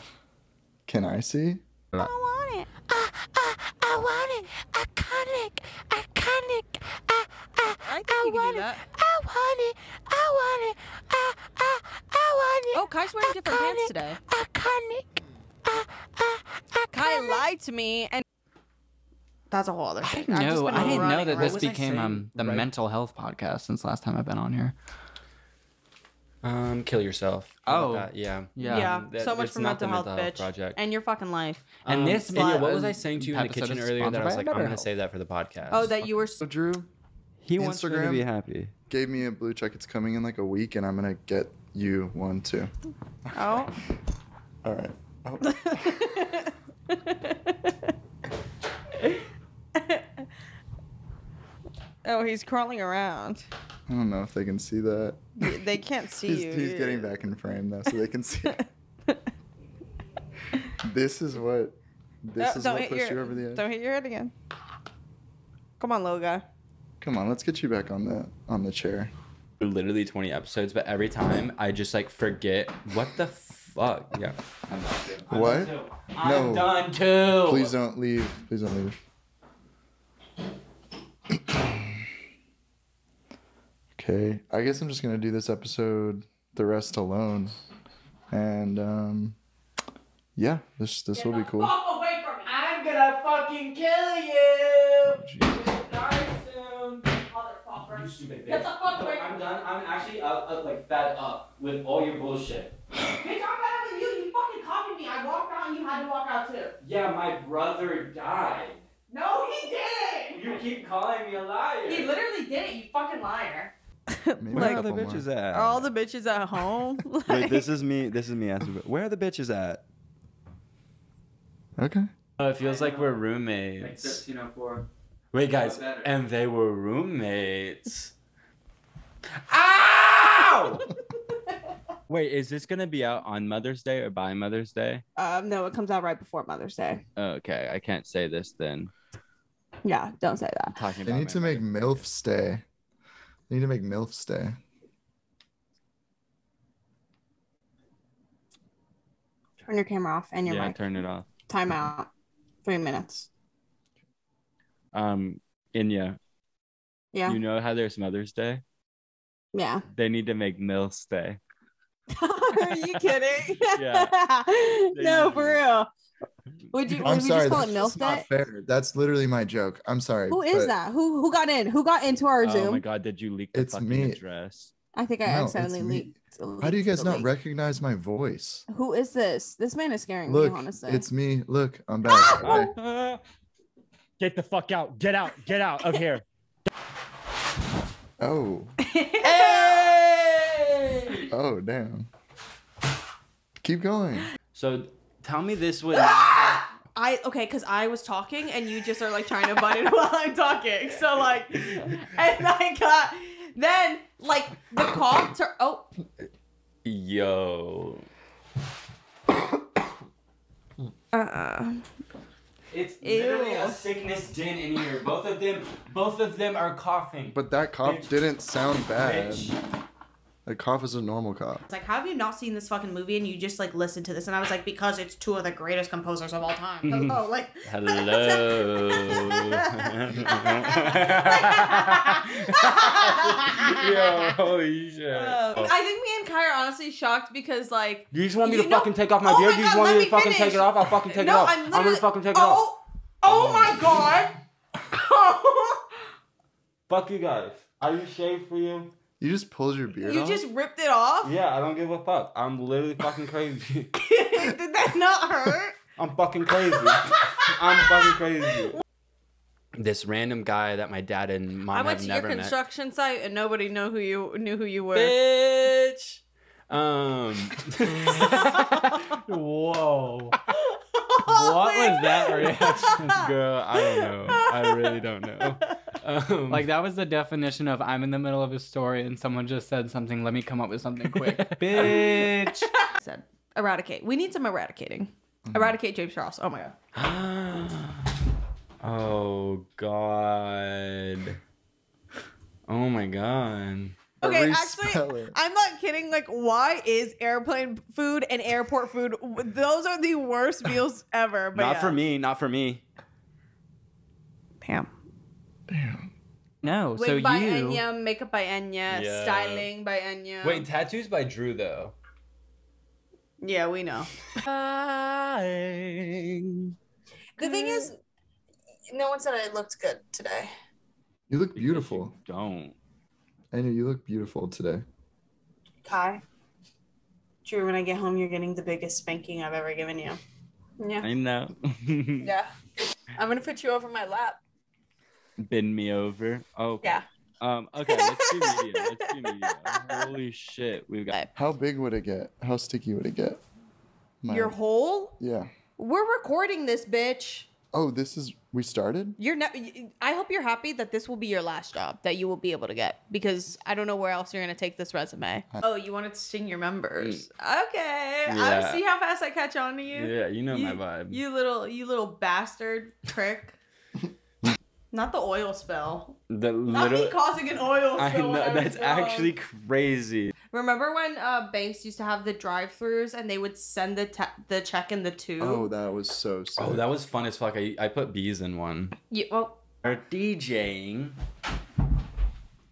C: (laughs) Can I see?
D: want it. I, I, I want it. Iconic. Iconic. I, I, I, want it. I want it. I want it. I, I, I want it. Oh, Kai's wearing different pants today. Iconic.
B: Kai lied to me, and that's a whole other thing. I've just
A: no,
B: been
A: I didn't know
B: running
A: that
B: around.
A: this became um, the mental health podcast since last time I've been on here. Um, kill yourself. How about
B: Oh.
A: that? yeah, Um,
B: Yeah,
A: That-
B: so much
A: it's
B: for
A: not the
B: mental health, bitch,
A: project.
B: and your fucking life.
A: And
B: Um,
A: this,
B: slut.
A: and what was I saying to you in the
K: episode
A: kitchen
K: is
A: earlier that I
K: sponsored
A: was
K: by
A: like, I'm gonna
K: BetterHelp.
A: save that for the podcast.
B: Oh, that you were. So
C: Drew,
K: He wants her to be
C: Instagram
K: happy.
C: Gave me a blue check. It's coming in like a week, and I'm gonna get you one too.
B: Oh, (laughs)
C: All right. Oh.
B: oh, he's crawling around.
C: I don't know if they can see that.
B: Y- They can't see
C: he's,
B: you.
C: he's getting back in frame though, so they
B: (laughs)
C: can see. it. this is what. This
B: Oh,
C: is what pushed you over the edge.
B: Don't hit your head again. Come on, little guy.
C: Come on, let's get you back on the on the chair.
A: literally 20 episodes, but every time I just like forget what the fuck. Yeah.
C: What?
A: I'm done too.
C: Please don't leave. Please don't leave. okay, I guess I'm just gonna do this episode the rest alone, and um, yeah, this this will be cool.
A: away from me. I'm gonna fucking kill you. Get the fuck away. I'm done. I'm actually uh, uh, like fed up with all your bullshit.
N: Bitch, I'm better than you. You fucking copied me. I walked out and you had to walk out too.
A: Yeah, my brother died.
N: No, he didn't.
A: You keep calling me a liar.
N: He literally did it. You fucking liar.
K: Where are the bitches at?
B: Are all the bitches at home? (laughs)
K: Wait, this is me. This is me asking. but Where are the bitches at?
C: Okay.
A: Oh, it feels like we're roommates. Wait, guys, and they were
B: (laughs)
A: roommates. Ow! Wait, is this gonna be out on Mother's Day or by Mother's Day?
B: um, no, it comes out right before Mother's Day.
A: Okay, I can't say this then.
B: Yeah, don't say that.
A: Talking
C: They
A: about
C: need to make MILF stay. They need to make MILF stay.
B: Turn your camera off and your
A: yeah,
B: mic.
A: turn it off.
B: Time out. Three
C: (laughs)
B: minutes.
A: Um, Inya,
B: Yeah.
A: you know how there's Mother's Day?
B: Yeah.
A: They need to make MILF stay.
B: (laughs) Are you kidding? (laughs)
A: Yeah.
B: no, for real. Would you?
C: I'm
B: would
C: sorry.
B: we just call it
C: that's
B: milf
C: just not
B: day?
C: fair. That's literally my joke. I'm sorry.
B: Who is
C: but
B: that? Who who got in? Who got into our
A: Oh
B: Zoom?
A: my god, did you leak the
C: It's
A: fucking
C: me.
A: address?
B: I think I
C: No, it's
B: accidentally
C: me.
B: leaked.
C: How do you
B: leaked
C: guys
B: the
C: not
B: link.
C: recognize my voice?
B: Who is this? This man is scaring
C: Look,
B: me. Honestly,
C: it's me. Look, I'm
B: Ah!
C: back. Okay.
A: Get the fuck out. Get out. Get out of here.
C: Oh. Oh damn. Keep going.
A: (laughs) So tell me this would
B: Ah! I okay, cause I was talking and you just are like trying to butt in (laughs) while I'm talking. So like, (laughs) and I got then like the cough. Tur- oh,
A: (laughs) Yo.
B: uh,
A: Uh-uh. It's
B: literally a Ew.
A: sickness din in here. Both of them both of them are coughing.
C: But that cough didn't sound bad.
A: Bitch.
C: The cough is a normal cough.
N: It's like, how have you not seen this fucking movie and you just like listened to this? And I was like, because it's two of the greatest composers of all time.
B: Oh,
N: Hello, like,
A: Hello. (laughs) Yo, holy shit.
B: um, I think me and Kai are honestly shocked because like
A: you just want me
B: you
A: to
B: know-
A: fucking take off my
B: Oh
A: beard?
B: my
A: you just
B: God,
A: want
B: let
A: me to
B: me
A: fucking take
B: finish.
A: it off? I'll fucking take it
B: No,
A: off.
B: I'm
A: gonna
B: literally-
A: fucking take it off.
N: oh, oh my god.
A: Fuck you guys. Are you shaved for you?
C: You just pulled your beard
B: you
A: off?
B: just ripped it off. (laughs)
A: Yeah, I don't give a fuck. I'm literally fucking crazy. (laughs)
B: Did that not hurt?
A: I'm fucking crazy. I'm fucking crazy. This random guy that my dad and mom
B: I
A: have
B: went to your
A: never met.
B: construction site and nobody knew who you knew who you were.
A: Bitch.
O: (laughs)
A: Um. Whoa. (laughs) What was that reaction, girl? I don't know. I really don't know. Um,
O: like that was the definition of I'm in the middle of a story and someone just said something. Let me come up with something quick,
A: (laughs)
O: bitch.
B: Said eradicate. We need some eradicating. Eradicate James Charles. Oh my god.
A: Oh God. Oh my God.
B: Okay, actually, I'm not kidding. Like, why is airplane food and airport food? Those are the worst meals ever. But
K: not
B: yeah.
K: for me. Not for me.
B: Damn.
O: No.
B: Wig
O: so
B: by
O: you.
B: Enya, makeup by Enya,
A: Yeah.
B: styling by Enya.
A: Wait, tattoos by Drew though.
B: Yeah, we know.
M: The
N: Uh,
M: thing is, no one said I looked good today.
C: You look beautiful.
K: don't.
C: Anya, you look beautiful today.
N: Kai. Drew, when I get home, you're getting the biggest spanking I've ever given you.
K: I know. (laughs)
M: Yeah. I'm gonna put you over my lap.
K: Bend me over. Oh.
M: Yeah.
K: Um. Okay. Let's do media. Let's do media. Holy shit. We've got.
C: How big would it get? How sticky would it get? My-
B: Your whole?
C: Yeah.
B: We're recording this, bitch.
C: Oh, this is we started.
B: You're ne- I hope you're happy that this will be your last job that you will be able to get because I don't know where else you're gonna take this resume.
A: Uh,
B: Oh, you wanted to sing your members. Okay,
A: mm. Yeah.
B: I see how fast I catch on to you.
A: Yeah, you know my vibe.
N: You little you little bastard
A: (laughs)
N: prick. Not the oil spill.
A: The
N: Not
A: little.
N: me causing an oil spill.
A: I know
N: when I was
A: that's
N: young.
A: actually crazy.
B: Remember when uh, banks used to have the drive-throughs and they would send the te- the check in the tube?
C: Oh, that was so. Sick.
A: Oh, that was fun as fuck. I I put bees in one.
B: You, well,
A: Are DJing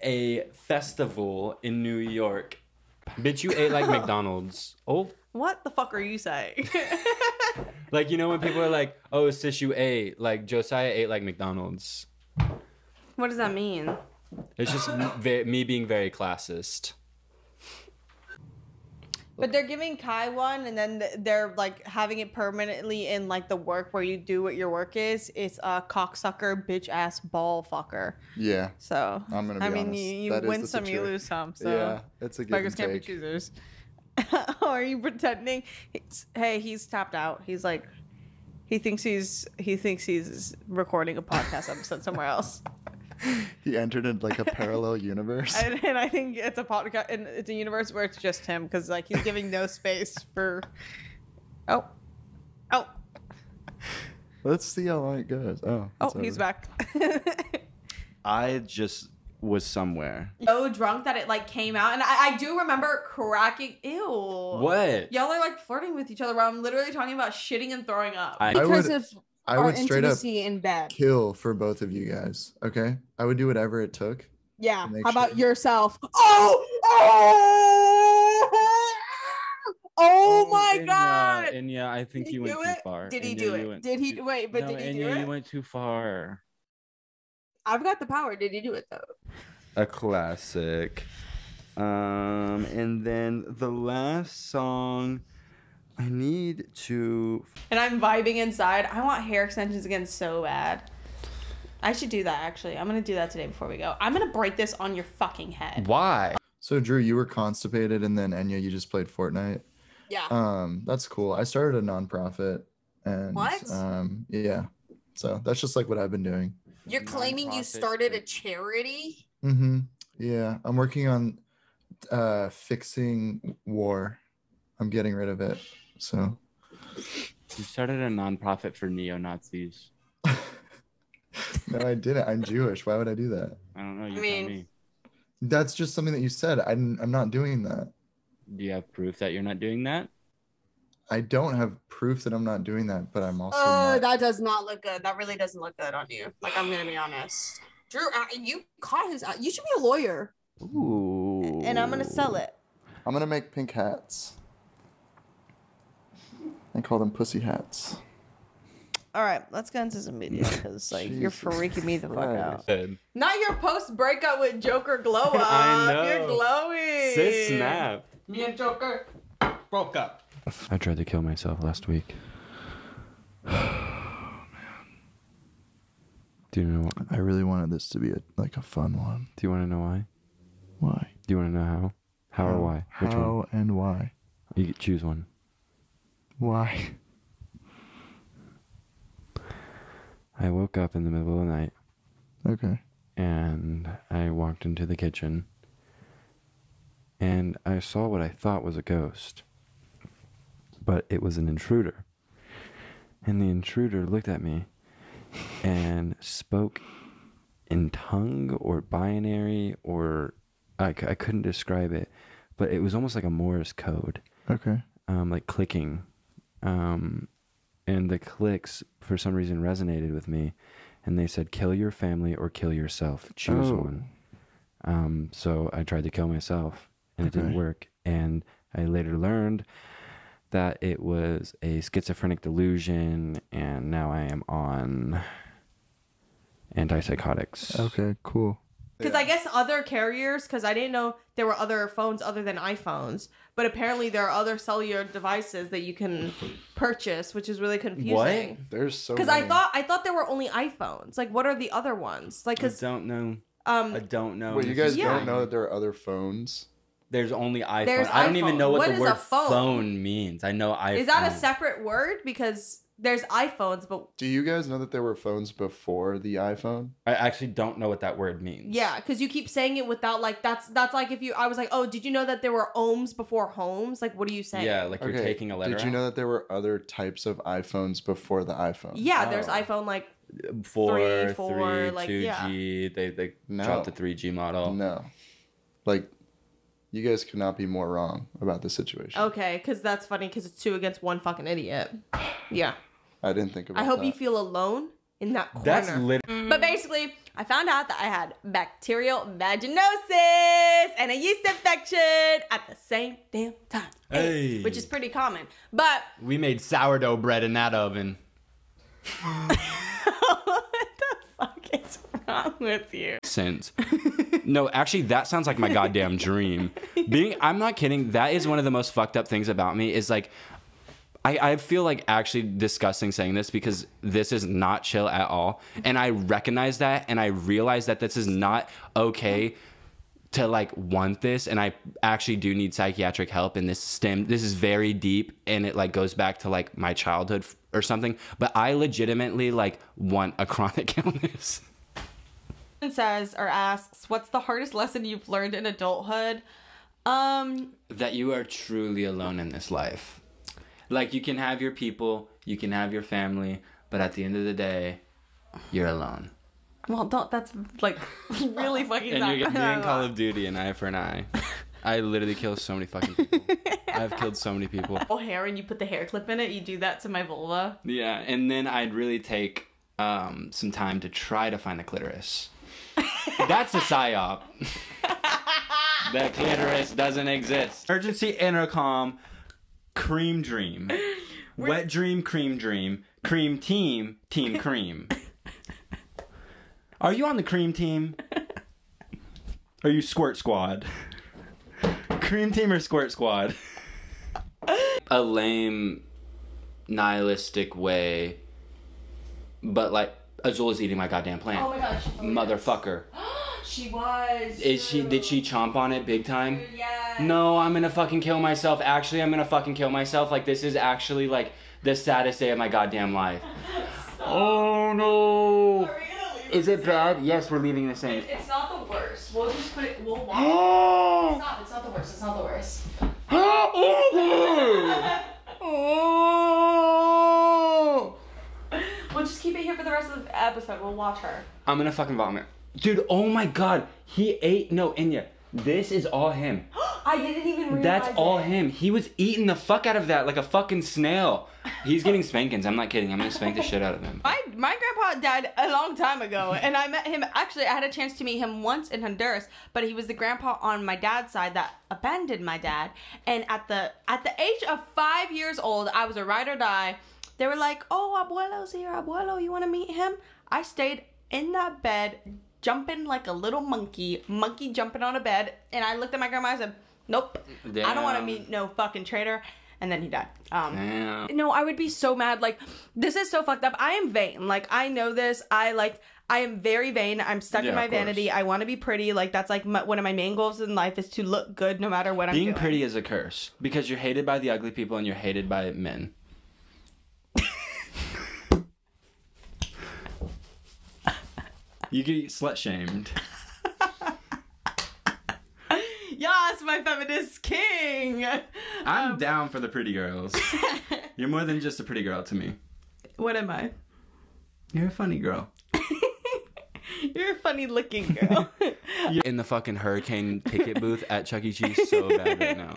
A: a festival in New York. Bitch, you ate like (laughs) McDonald's. Oh,
B: what the fuck are you saying? (laughs)
A: like you know when people are like, "Oh, sis, you ate like Josiah ate like McDonald's."
B: what does that mean?
A: It's just m- ve- me being very classist.
B: But they're giving Kai one, and then th- they're like having it permanently in like the work where you do what your work is. It's a cocksucker, bitch ass, ball fucker.
C: Yeah.
B: So
C: I'm gonna. Be
B: I mean,
C: honest.
B: you, you
C: That is
B: win
C: the
B: some, you
C: situation.
B: lose some. So
C: yeah, it's a give
B: beggars
C: and
B: can't be
C: take.
B: choosers. (laughs) Oh, are you pretending? It's, hey, he's tapped out. He's like, he thinks he's he thinks he's recording a podcast episode somewhere else,
C: He entered in
B: (laughs)
C: like a parallel (laughs) universe.
B: and, and I think it's a podcast and it's a universe where it's just him because like he's giving
N: (laughs)
B: no space for. Oh, oh,
C: Let's see how long it goes. Oh.
B: oh,
C: it's over.
B: he's back. (laughs)
K: I just was somewhere.
N: so drunk that it like came out, and I, I do remember cracking. Ew.
K: What?
N: Y'all are like flirting with each other. While I'm literally talking about shitting and throwing up.
C: I- I Because would- of I would straight up
B: in bed.
C: kill for both of you guys. Okay, I would do whatever it took.
B: Yeah.
C: to make
B: How about
C: sure-
B: yourself? Oh,
M: (laughs)
B: oh,
A: Oh
M: my
C: uh,
A: Inya,
M: god!
A: Inya, I think you went
M: do
A: too
M: it?
A: far.
M: Did he
A: Inya,
M: do
A: you
M: it?
A: went
M: Did he-
A: too-
M: wait, but
A: No,
M: did he do
A: Inya,
M: it?
A: You went too far.
M: I've got the power. Did he do it though?
K: A classic. Um, and then the last song, I need to.
B: and I'm vibing inside. I want hair extensions again so bad. I should do that actually. I'm gonna do that today before we go. I'm gonna break this on your fucking head.
A: Why?
C: So Drew, you were constipated, and then Enya, you just played Fortnite.
M: Yeah.
C: Um, that's cool. I started a nonprofit, and
M: What?
C: um, yeah. So that's just like what I've been doing.
M: You're claiming you started a charity?
C: Mm-hmm. Yeah, I'm working on uh fixing war. I'm getting rid of it. So
A: You started a nonprofit for neo Nazis.
C: (laughs) no, I didn't. I'm Jewish. Why would I do that?
A: I don't know. You
M: I
A: tell
M: mean-
A: me.
C: That's just something that you said. I'm I'm not doing that.
A: Do you have proof that you're not doing that?
C: I don't have proof that I'm not doing that, but I'm also
M: Oh,
C: not.
M: that does not look good. That really doesn't look good on you. Like I'm gonna be honest. Drew, uh, you caught his. eye. You should be a lawyer.
C: Ooh.
B: And I'm gonna sell it.
C: I'm gonna make pink hats. I call them pussy hats.
B: All right, let's go into some media because like you're
C: Jesus
B: freaking me the fuck out.
A: Said,
B: Not your post breakup
A: (laughs)
B: with Joker glow up.
A: I know.
B: You're glowing.
A: Sis snap.
N: Me and Joker broke up.
A: (sighs)
K: I tried to kill myself last week.
A: Oh, Do you know what?
C: I really wanted this to be a, like a fun one.
A: Do you want to know why?
C: Why?
A: Do you want to know how? How, or why? Which
C: how
A: one?
C: and why?
A: You get- choose one.
C: Why?
A: I woke up in the middle of the night.
C: Okay.
A: And I walked into the kitchen. And I saw what I thought was a ghost. But it was an intruder. And the intruder looked at me and spoke in tongue or binary or I, c- I couldn't describe it, but it was almost like a Morse code
C: Okay.
A: um, like clicking, um, and the clicks for some reason resonated with me, and they said, "Kill your family or kill yourself. Choose
C: Oh.
A: one." Um, so I tried to kill myself, and it didn't
C: Okay.
A: work. And I later learned that it was a schizophrenic delusion, and now I am on antipsychotics.
C: Okay. Cool.
B: Because I guess other carriers, because I didn't know there were other phones other than iPhones, but apparently there are other cellular devices that you can purchase, which is really confusing.
C: There's so.
B: Because
C: Because
B: I thought I thought there were only iPhones. Like, what are the other ones? Like,
P: I
B: because
P: don't know.
B: um,
P: I don't know.
C: Wait, you
P: This is
C: guys
B: Yeah.
C: don't know that there are other phones.
P: There's only iPhone.
B: There's
P: I don't even
B: iPhone.
P: know what,
B: What
P: the
B: is a
P: word phone?
B: phone?
P: means. I know iPhone.
B: is that a separate word? Because there's iPhones, but
C: Do you guys know that there were phones before the iPhone?
P: I actually don't know what that word means.
B: yeah, because you keep saying it without like that's that's like if you I was like, oh, did you know that there were ohms before homes? Like, what are you saying?
C: Okay, Did you know that there were other types of iPhones before the iPhone?
B: Yeah,
P: Oh.
B: there's iPhone like
P: Four,
B: Three,
P: three,
B: four, like,
P: two
B: yeah.
P: G. They they
C: No.
P: chopped the three G model.
C: No. Like, you guys could not be more wrong about the situation.
B: Okay, because that's funny because it's two against one fucking idiot. Yeah.
C: I didn't think about
B: I hope
C: that.
B: you feel alone in that corner.
C: That's lit-
B: But basically, I found out that I had bacterial vaginosis and a yeast infection at the same damn time,
Q: Hey.
B: which is pretty common. But (laughs)
Q: We made sourdough bread in that oven.
B: what's wrong with you?
A: sense. no, actually, that sounds like my goddamn dream. Being, I'm not kidding. That is one of the most fucked up things about me. Is like, I, I feel like actually disgusting saying this because this is not chill at all, and I recognize that, and I realize that this is not okay to like want this and i actually do need psychiatric help and this stem this is very deep and it like goes back to like my childhood f- or something but i legitimately like want a chronic (laughs) illness
B: Someone says or asks, "What's the hardest lesson you've learned in adulthood?" Um,
A: that you are truly alone in this life. Like you can have your people, you can have your family, but at the end of the day, you're alone.
B: well, don't. That's like (laughs) really fucking.
A: And you're
B: sad. (laughs)
A: doing Call of Duty, an eye for an eye. I literally kill so many fucking people. I've killed so many people.
B: Oh, hair, and you put the hair clip in it. You do that to my vulva.
A: Yeah, and then I'd really take um, some time to try to find the clitoris. That's a psyop. the clitoris doesn't exist. Emergency intercom, cream dream, wet dream, cream dream, cream team, team cream. Are you on the cream team? Are you squirt squad? Cream team or squirt squad? a lame nihilistic way, but like Azula's eating my goddamn plant.
B: Oh my gosh. Oh,
A: Motherfucker.
B: (gasps) She was.
A: Is she did she chomp on it big time?
B: Yes.
A: No, I'm gonna fucking kill myself. Actually, I'm gonna fucking kill myself. Like this is actually like the saddest day of my goddamn
B: (laughs)
A: life. Oh no. Is it bad? Yes, we're leaving the same. (gasps)
B: It's not the worst. We'll just put it. We'll watch.
A: Oh. (gasps)
B: It's not. It's not the worst. It's not the worst. (laughs)
A: oh.
B: We'll just keep it here for the rest of the episode. We'll watch her.
A: I'm gonna fucking vomit. Dude, oh my god. He ate no Inya. This is all him.
B: (gasps) I didn't even realize.
A: That's all
B: it.
A: him. He was eating the fuck out of that like a fucking snail. He's getting spankings. I'm not kidding. I'm gonna spank the shit out of
B: (laughs)
A: him.
B: My my grandpa died a long time ago, and I met him. Actually, I had a chance to meet him once in Honduras, but he was the grandpa on my dad's side that abandoned my dad. And at the at the age of five years old, I was a ride or die. They were like, "Oh, abuelo's here, abuelo. You want to meet him?" I stayed in that bed, jumping like a little monkey, monkey jumping on a bed, and I looked at my grandma and said, "Nope, I don't want
A: Damn.
B: to meet no fucking traitor." and then he died. Um,
A: Damn.
B: no, I would be so mad. Like, this is so fucked up. I am vain. Like, I know this. I like. I am very vain. I'm stuck
A: Yeah,
B: in my
A: of course.
B: vanity. I want to be pretty. Like that's like my, one of my main goals in life is to look good no matter what I'm
A: Being
B: doing.
A: pretty is a curse because you're hated by the ugly people and you're hated by men. you get slut shamed.
B: Yes, my feminist king. (laughs)
A: I'm
B: Um,
A: down for the pretty girls. you're more than just a pretty girl to me.
B: What am I?
A: You're a funny girl.
B: You're a funny looking
A: (laughs)
B: girl.
A: In the fucking hurricane ticket booth at Chuck E. Cheese so bad right
B: (laughs)
A: now.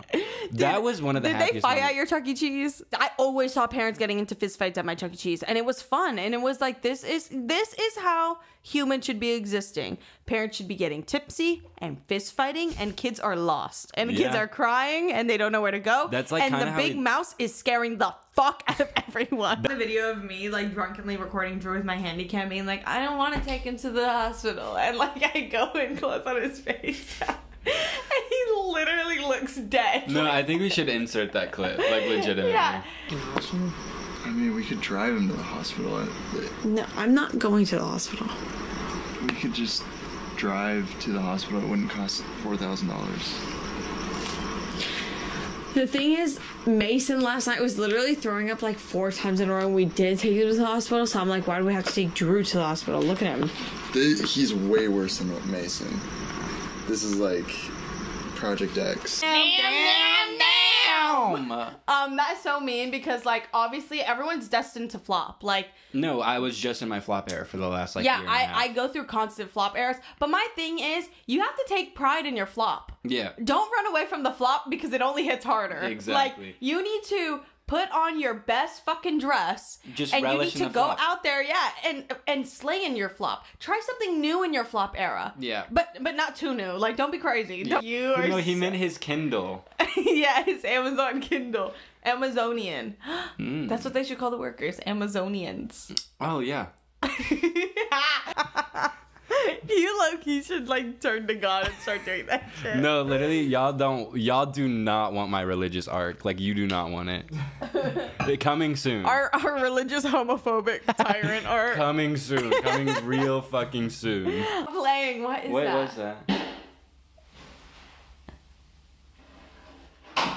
A: that was one of the
B: Did
A: happiest
B: they fight
A: moments.
B: at your Chuck E. Cheese? I always saw parents getting into fist fights at my Chuck E. Cheese, and it was fun. And it was like this is this is how humans should be existing. Parents should be getting tipsy and fist fighting, and kids are lost, and the kids
A: Yeah.
B: are crying, and they don't know where to go.
A: That's, like,
B: and the
A: kinda how
B: big
A: we-
B: mouse is scaring the fuck (laughs) out of everyone. The video of me like drunkenly recording Drew with my handy cam, being like, I don't want to take him to the hospital, and like (laughs) I go and close on his face. (laughs) and he literally looks dead.
A: No, I think we should insert that clip, like legitimately.
B: (laughs) Yeah.
C: I mean, we could drive him to the hospital. Uh, I-
M: No, I'm not going to the hospital.
C: We could just drive to the hospital. It wouldn't cost four thousand dollars.
M: The thing is, Mason last night was literally throwing up like four times in a row, and we did take him to the hospital. So I'm like, why do we have to take Drew to the hospital? Look at him.
C: He's way worse than Mason. This is like Project X.
B: Damn, damn, Um, that's so mean because, like, obviously everyone's destined to flop. Like,
A: No, I was just in my flop era for the last like
B: yeah,
A: year and a half.
B: I, I go through constant flop errors. But my thing is, you have to take pride in your flop.
A: yeah.
B: Don't run away from the flop because it only hits harder.
A: Exactly.
B: Like, you need to put on your best fucking dress
A: Just
B: and you
A: relish
B: need
A: in
B: to
A: the
B: go
A: flop.
B: out there yeah and and slay in your flop try something new in your flop era
A: Yeah.
B: but but not too new like don't be crazy Don't- you are
A: No, he meant his Kindle.
B: (laughs) yeah, it's Amazon Kindle. Amazonian. (gasps)
A: Mm.
B: That's what they should call the workers,
A: (laughs)
B: Amazonians. (laughs)
A: Oh yeah.
B: you look, you should like turn to God and start doing that
A: (laughs)
B: shit.
A: No, literally, y'all don't. Y'all do not want my religious arc. Like you do not want
B: (laughs)
A: it. It- coming soon.
B: Our, our
A: (laughs)
B: religious homophobic tyrant are
A: Coming soon. Coming real fucking soon.
B: playing. What (laughs) is
A: what
B: that?
A: was that?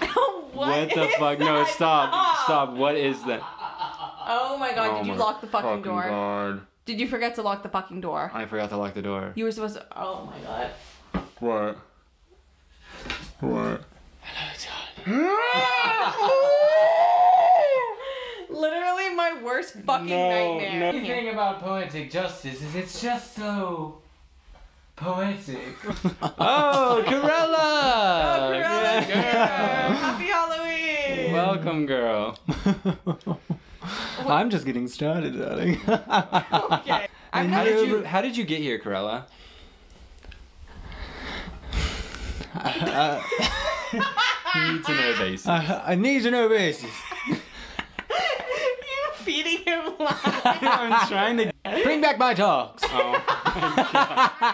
B: (laughs) what
A: the
B: is
A: fuck? No,
B: that?
A: stop. Stop. What is that?
B: Oh my god,
A: Oh
B: did you
A: my
B: lock the fucking,
A: fucking
B: door?
A: God.
B: Did you forget to lock the fucking door?
A: I forgot to lock the door.
B: You were supposed to. Oh my
A: (laughs)
B: god. (laughs)
A: What? What?
B: Literally my worst fucking nightmare.
O: The thing about poetic justice is it's just so poetic.
A: Oh, (laughs)
O: Oh,
A: Corella!
O: Corella's
B: Happy Halloween!
A: Welcome, girl.
O: I'm just getting started, darling. (laughs)
A: And how did you How did you get here, (laughs) Corella? need to know basis.
O: I, I need to know basis.
B: (laughs) you feeding him lies.
O: I'm trying to bring back my dogs.
B: Okay.
A: Oh,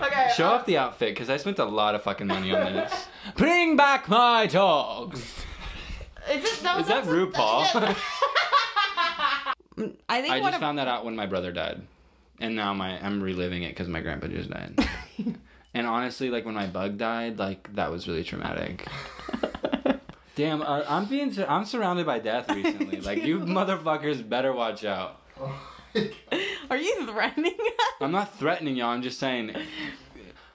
B: uh,
A: Show off the outfit because I spent a lot of fucking money on this.
O: Bring back my dogs.
B: Is, it, that
A: Is that RuPaul?
B: I think
A: I
B: one
A: just
B: of
A: found that out when my brother died, and now my I'm reliving it because my grandpa just
B: (laughs)
A: died. and honestly, like when my bug died, like that was really
B: (laughs)
A: traumatic. Damn, uh, I'm being sur- I'm surrounded by
B: (laughs)
A: death recently. Like you motherfuckers better watch out.
B: Are you threatening us?
A: I'm not threatening y'all. I'm just saying.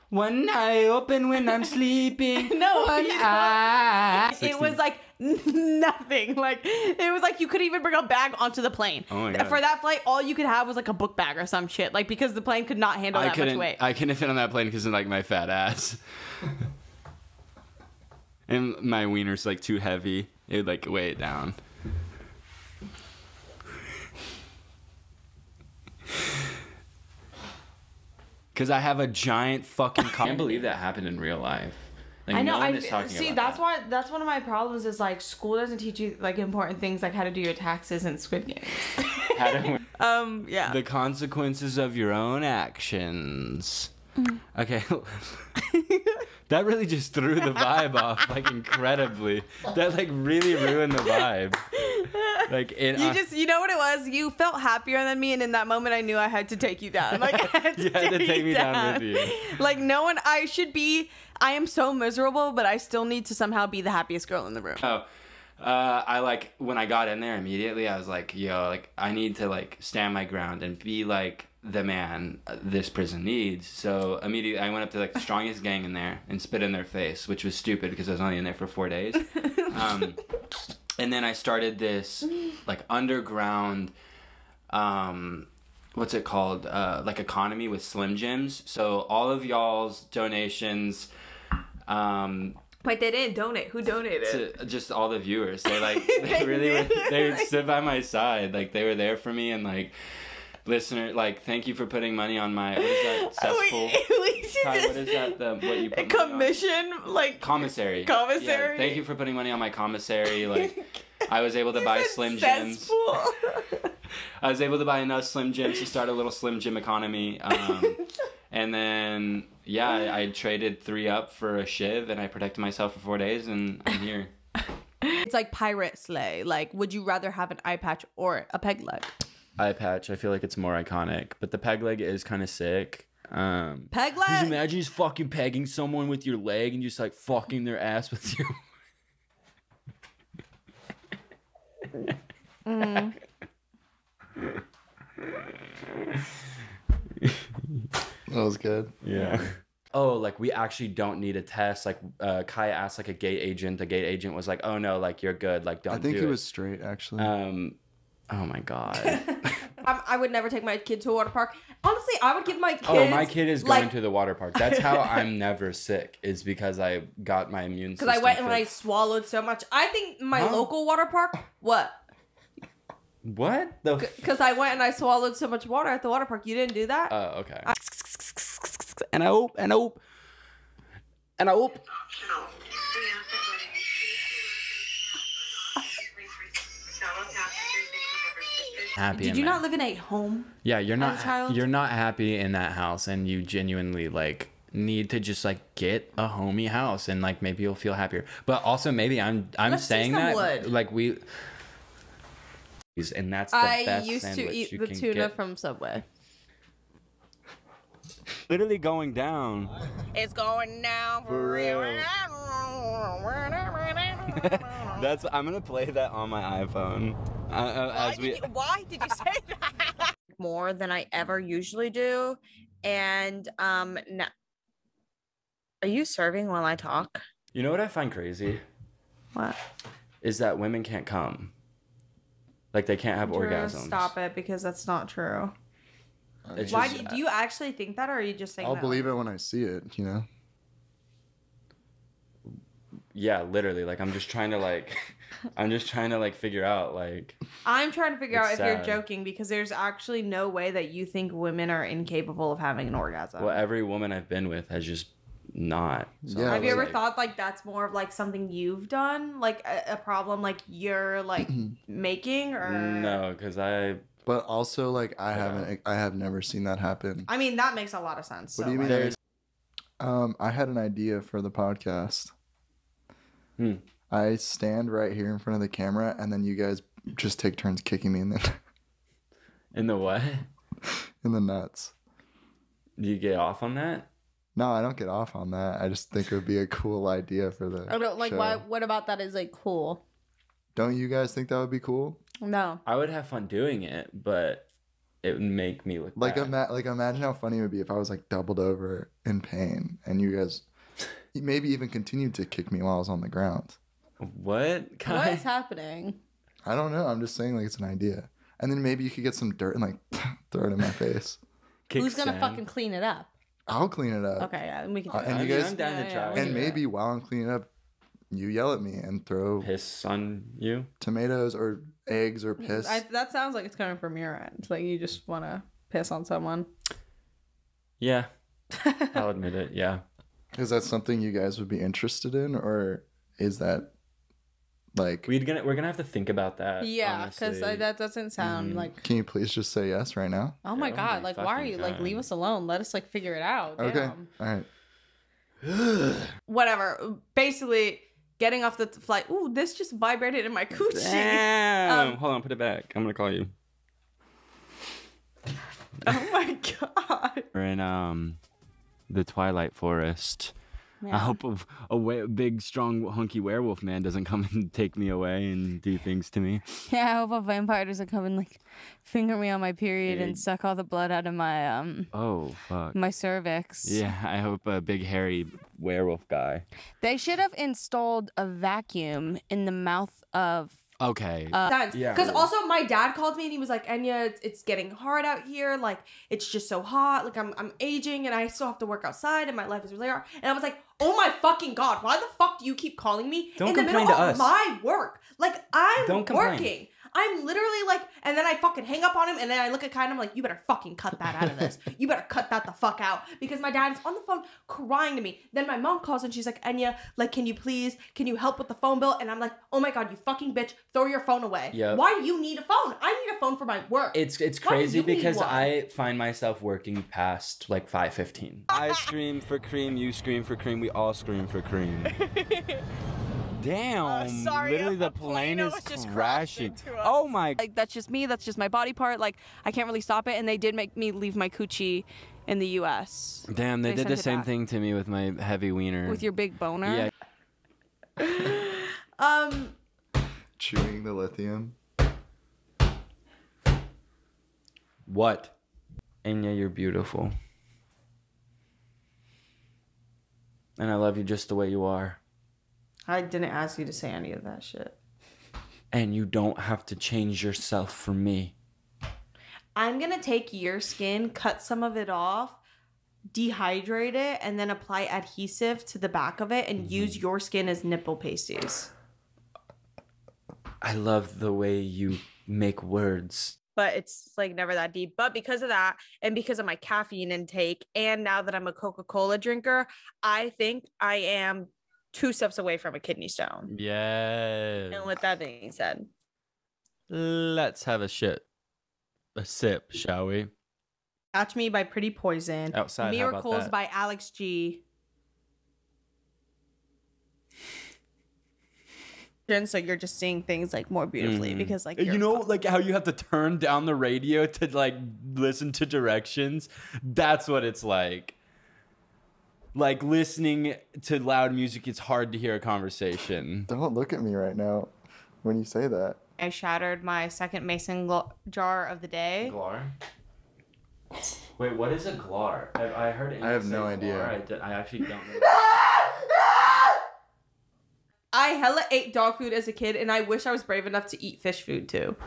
A: One eye open when I'm sleeping.
B: (laughs) No,
A: one
B: he's
A: eye.
B: not. It was like (laughs) nothing. Like it was like you couldn't even bring a bag onto the plane.
A: Oh my
B: Th-
A: God.
B: For that flight, all you could have was like a book bag or some shit. Like because the plane could not handle
A: I
B: that much
A: couldn't.
B: weight.
A: I couldn't fit on that plane because of like my fat ass. (laughs) and my wiener's like too heavy. It would like weigh it down. (laughs) Because I have a giant fucking. I can't believe that happened in real life. Like,
B: I know.
A: No one
B: I
A: is talking
B: see.
A: about
B: That's why. That's one of my problems. Is like school doesn't teach you like important things like how to do your taxes and Squid Games.
A: that.
B: (laughs)
A: How do we-
B: Um. Yeah.
A: the
B: Mm. (laughs)
A: consequences of your own actions. Okay.
K: That really just threw the vibe off like incredibly. That like really ruined the vibe. Like it.
B: You just, you know what it was? You felt happier than me, and in that moment, I knew I had to take you down. Like, (laughs) I had to,
K: you had to
B: take,
K: take me down with you.
B: (laughs) Like, no one, I should be, I am so miserable, but I still need to somehow be the happiest girl in the room. (laughs)
A: Oh, uh, I like when I got in there immediately. I was like, yo, like I need to like stand my ground and be like the man uh, this prison needs. So immediately I went up to like the strongest gang in there and spit in their face, which was stupid because I was only in there for four days. Um, and then I started this like underground um what's it called uh like economy with slim jims so all of y'all's donations um
B: Wait, they didn't donate. Who donated?
A: to just all the viewers they
B: (laughs)
A: like they really were, they stood by my side like they were there for me and like listener like thank you for putting money on my what
B: (laughs)
A: is that
B: Oh,
A: cesspool
B: we should
A: Kai,
B: just
A: what is that the what you put money on?
B: commission like
A: commissary Yeah,
B: Commissary.
A: thank you for putting money on my commissary like
B: (laughs)
A: i was able to buy slim jims
B: cesspool.
A: (laughs)
B: (laughs)
A: I was able to buy enough Slim Jims to start a little Slim Jim economy.
B: (laughs)
A: Um, and then, yeah, I, I traded three up for a shiv, and I protected myself for four days, and I'm here.
B: It's like pirate sleigh. Like, would you rather have an eye patch or a peg leg?
A: Eye patch. I feel like it's more iconic, but the peg leg is kind of sick. Um,
B: Peg leg?
A: Just imagine just fucking pegging someone with your leg and just like fucking their ass with your.
C: That was good.
A: Yeah. (laughs) Oh, like we actually don't need a test. Like uh, Kai asked, like a gate agent. The gate agent was like, "Oh no, like you're good. Like don't."
C: I think
A: do
C: he
A: it."
C: was straight actually.
A: Um, oh my
B: (laughs)
A: god.
B: I, I would never take my kid to a water park. Honestly, I would give my kids.
A: oh, my kid is going
B: like,
A: to the water park. That's
B: (laughs)
A: how I'm never sick. Is because I got my immune system.
B: Because I went and I
A: fixed.
B: swallowed so much. I think my
A: Huh?
B: local water park. What?
A: What the? F-
B: Because I went and I swallowed so much water at the water park. You didn't do that.
A: oh, okay. and I oop and I oop and I oop. Happy.
B: Did
A: in
B: you
A: there.
B: not live in a home?
A: Yeah, you're
B: a
A: not.
B: child?
A: You're not happy in that house, and you genuinely like need to just like get a homey house, and like maybe you'll feel happier. But also maybe I'm I'm
B: Let's see
A: saying
B: some
A: that
B: wood.
A: like we. And that's the
B: I
A: best
B: used to
A: sandwich
B: eat
A: you
B: the
A: can
B: tuna
A: get.
B: from Subway.
K: Literally going
B: (laughs)
K: down.
D: It's going down
K: For real.
D: Why
K: That's I'm gonna play that on my iPhone. Uh, uh, as
G: did
K: (laughs) we
G: you- why did you say that? More than I ever usually do, and um, no. Are you serving while I talk?
A: You know what I find crazy?
B: What?
A: Is that women can't come. Like they can't have orgasms.
B: Stop it, because that's not true.
A: It's
B: Why
A: just-
B: do you, do you actually think that, or are you just saying?
C: I'll
B: that?
C: believe it when I see it. You know.
A: Yeah, literally. Like I'm just trying to
B: (laughs)
A: like, I'm just trying to like figure out like.
B: I'm trying to figure out if
A: It's
B: you're
A: sad.
B: joking because there's actually no way that you think women are incapable of having an orgasm.
A: Well, every woman I've been with has just not. So I
B: Have you
A: was
B: ever
A: like-
B: thought like that's more of like something you've done, like a, a problem like
A: (clears throat)
B: you're like making, or
A: No, because I.
C: But also, like, I haven't. I have never seen that happen.
B: I mean that makes a lot of sense.
C: What
B: so,
C: do you mean?
B: like-
C: Um, I had an idea for the podcast.
B: Hmm.
C: I stand right here in front of the camera, and then you guys just take turns kicking me in the (laughs)
A: In the what?
C: in the nuts.
A: Do you get off on that?
C: No, I don't get off on that. I just think it would be a cool idea for the.
B: I don't Oh, like
C: show.
B: why. What about that is like cool?
C: Don't you guys think that would be cool?
B: No,
A: I would have fun doing it, but it would make me look
C: Like,
A: bad.
C: ima- like imagine how funny it would be if I was like doubled over in pain, and you guys maybe even continued to kick me while I was on the ground.
A: What? (laughs)
B: what (laughs) is happening?
C: I don't know. I'm just saying, like, it's an idea. And then maybe you could get some dirt and like (laughs) throw it
B: (laughs)
C: in my face.
B: Who's gonna fucking clean it up?
C: I'll clean it up.
B: Okay, yeah, we can.
C: Uh,
B: Do
C: and
B: that.
C: you guys, and maybe while I'm cleaning up, you yell at me and throw
A: piss on you,
C: tomatoes or eggs or piss.
B: Mm, I, that sounds like it's coming from your end. Like you just want to piss on someone. (laughs)
A: Yeah. I'll admit it. Yeah.
C: Is that something you guys would be interested in, or is that like?
A: We're gonna we're gonna have to think about that.
B: yeah, because
A: honestly. mm,
B: that doesn't sound like.
C: Can you please just say yes right now?
B: Oh my
A: Oh
B: god!
A: my
B: like, why are
A: fucking
B: you like
A: God.
B: leave us alone? Let us like figure it out.
C: Okay.
B: Damn.
C: All right.
B: whatever. Basically, getting off the flight. Ooh, this just vibrated in my coochie.
A: Damn.
B: Um,
A: Hold on, put it back. I'm gonna call you.
B: (laughs) oh my god.
A: We're in um, the Twilight Forest.
B: Yeah.
A: I hope a, a wa- big, strong, hunky werewolf man doesn't come and (laughs) take me away and do things to me.
R: Yeah, I hope a vampire doesn't come and like finger me on my period and suck all the blood out of my um
A: Oh fuck.
R: my cervix.
A: Yeah, I hope a big hairy werewolf guy.
R: They should have installed a vacuum in the mouth of
A: Okay.
B: Because also my dad called me and he was like, Enya, it's, it's getting hard out here. Like it's just so hot. Like I'm I'm aging and I still have to work outside and my life is really hard. And I was like, oh my fucking god, why the fuck do you keep calling me
A: Don't
B: in the
A: complain
B: middle
A: to
B: of
A: us.
B: my work? Like I'm
A: Don't complain.
B: working. I'm literally like, and then I fucking hang up on him, and then I look at Kai and I'm like, you better fucking cut that out of this. You better cut that the fuck out. Because my dad is on the phone crying to me. Then my mom calls and she's like, Enya, like, can you please, can you help with the phone bill? And I'm like, oh my god, you fucking bitch, throw your phone away.
A: Yep.
B: Why do you need a phone? I need a phone for my work.
A: It's it's
B: Why do
A: crazy
B: you need
A: because
B: one?
A: I find myself working past like five fifteen.
K: I scream for cream, you scream for cream, we all scream
B: (laughs)
K: for cream. Damn.
B: Oh, sorry,
K: Literally, the plane is crashing. Oh my.
R: Like that's just me. That's just my body part. Like I can't really stop it. And they did make me leave my coochie in the U.S.
A: Damn, they, did
R: sent
A: the
R: it
A: same
R: back.
A: thing to me with my heavy wiener.
R: with your big boner.
A: Yeah.
B: Um,
C: Chewing the lithium.
A: What? Enya, you're beautiful. And I love you just the way you are.
B: I didn't ask you to say any of that shit.
A: And you don't have to change yourself for me.
B: I'm gonna take your skin, cut some of it off, dehydrate it, and then apply adhesive to the back of it and use your skin as nipple pasties.
A: I love the way you make words.
G: but it's like never that deep. But because of that, and because of my caffeine intake, and now that I'm a Coca Cola drinker, I think I am two steps away from a kidney stone.
K: Yes.
G: And with that being said,
K: Let's have a shit. A sip, shall we?
B: Catch Me by Pretty Poison.
K: Outside, how about
B: Miracles
K: that?
B: by Alex G.
M: Jen, so you're just seeing things like more beautifully
K: Mhm.
M: because like
K: (laughs) you know like how you have to turn down the radio to like listen to directions that's what it's like like listening to loud music it's hard to hear a conversation
C: don't look at me right now when you say that
B: I shattered my second mason gl- jar of the day.
A: Glar? Wait, what is a glar? I, I heard it.
C: I have no idea.
A: I, d- I actually don't
C: (laughs)
A: know.
B: I hella ate dog food as a kid, and I wish I was brave enough to eat fish food too.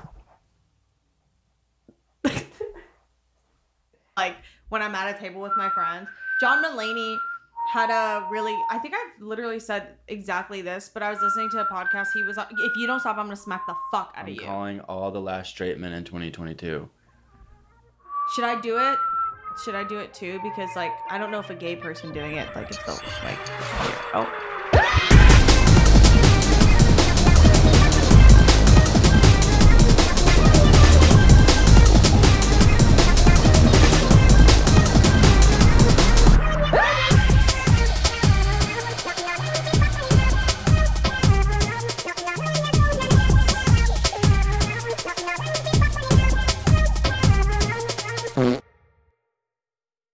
B: (laughs) like when I'm at a table with my friends, John Mulaney had a really. I think I've literally said exactly this, but I was listening to a podcast. He was, like, if you don't stop, I'm gonna smack the fuck out
A: I'm
B: of you.
A: calling all the last straight men in 2022.
B: Should I do it? Should I do it too? Because like I don't know if a gay person doing it like it's the like. Oh.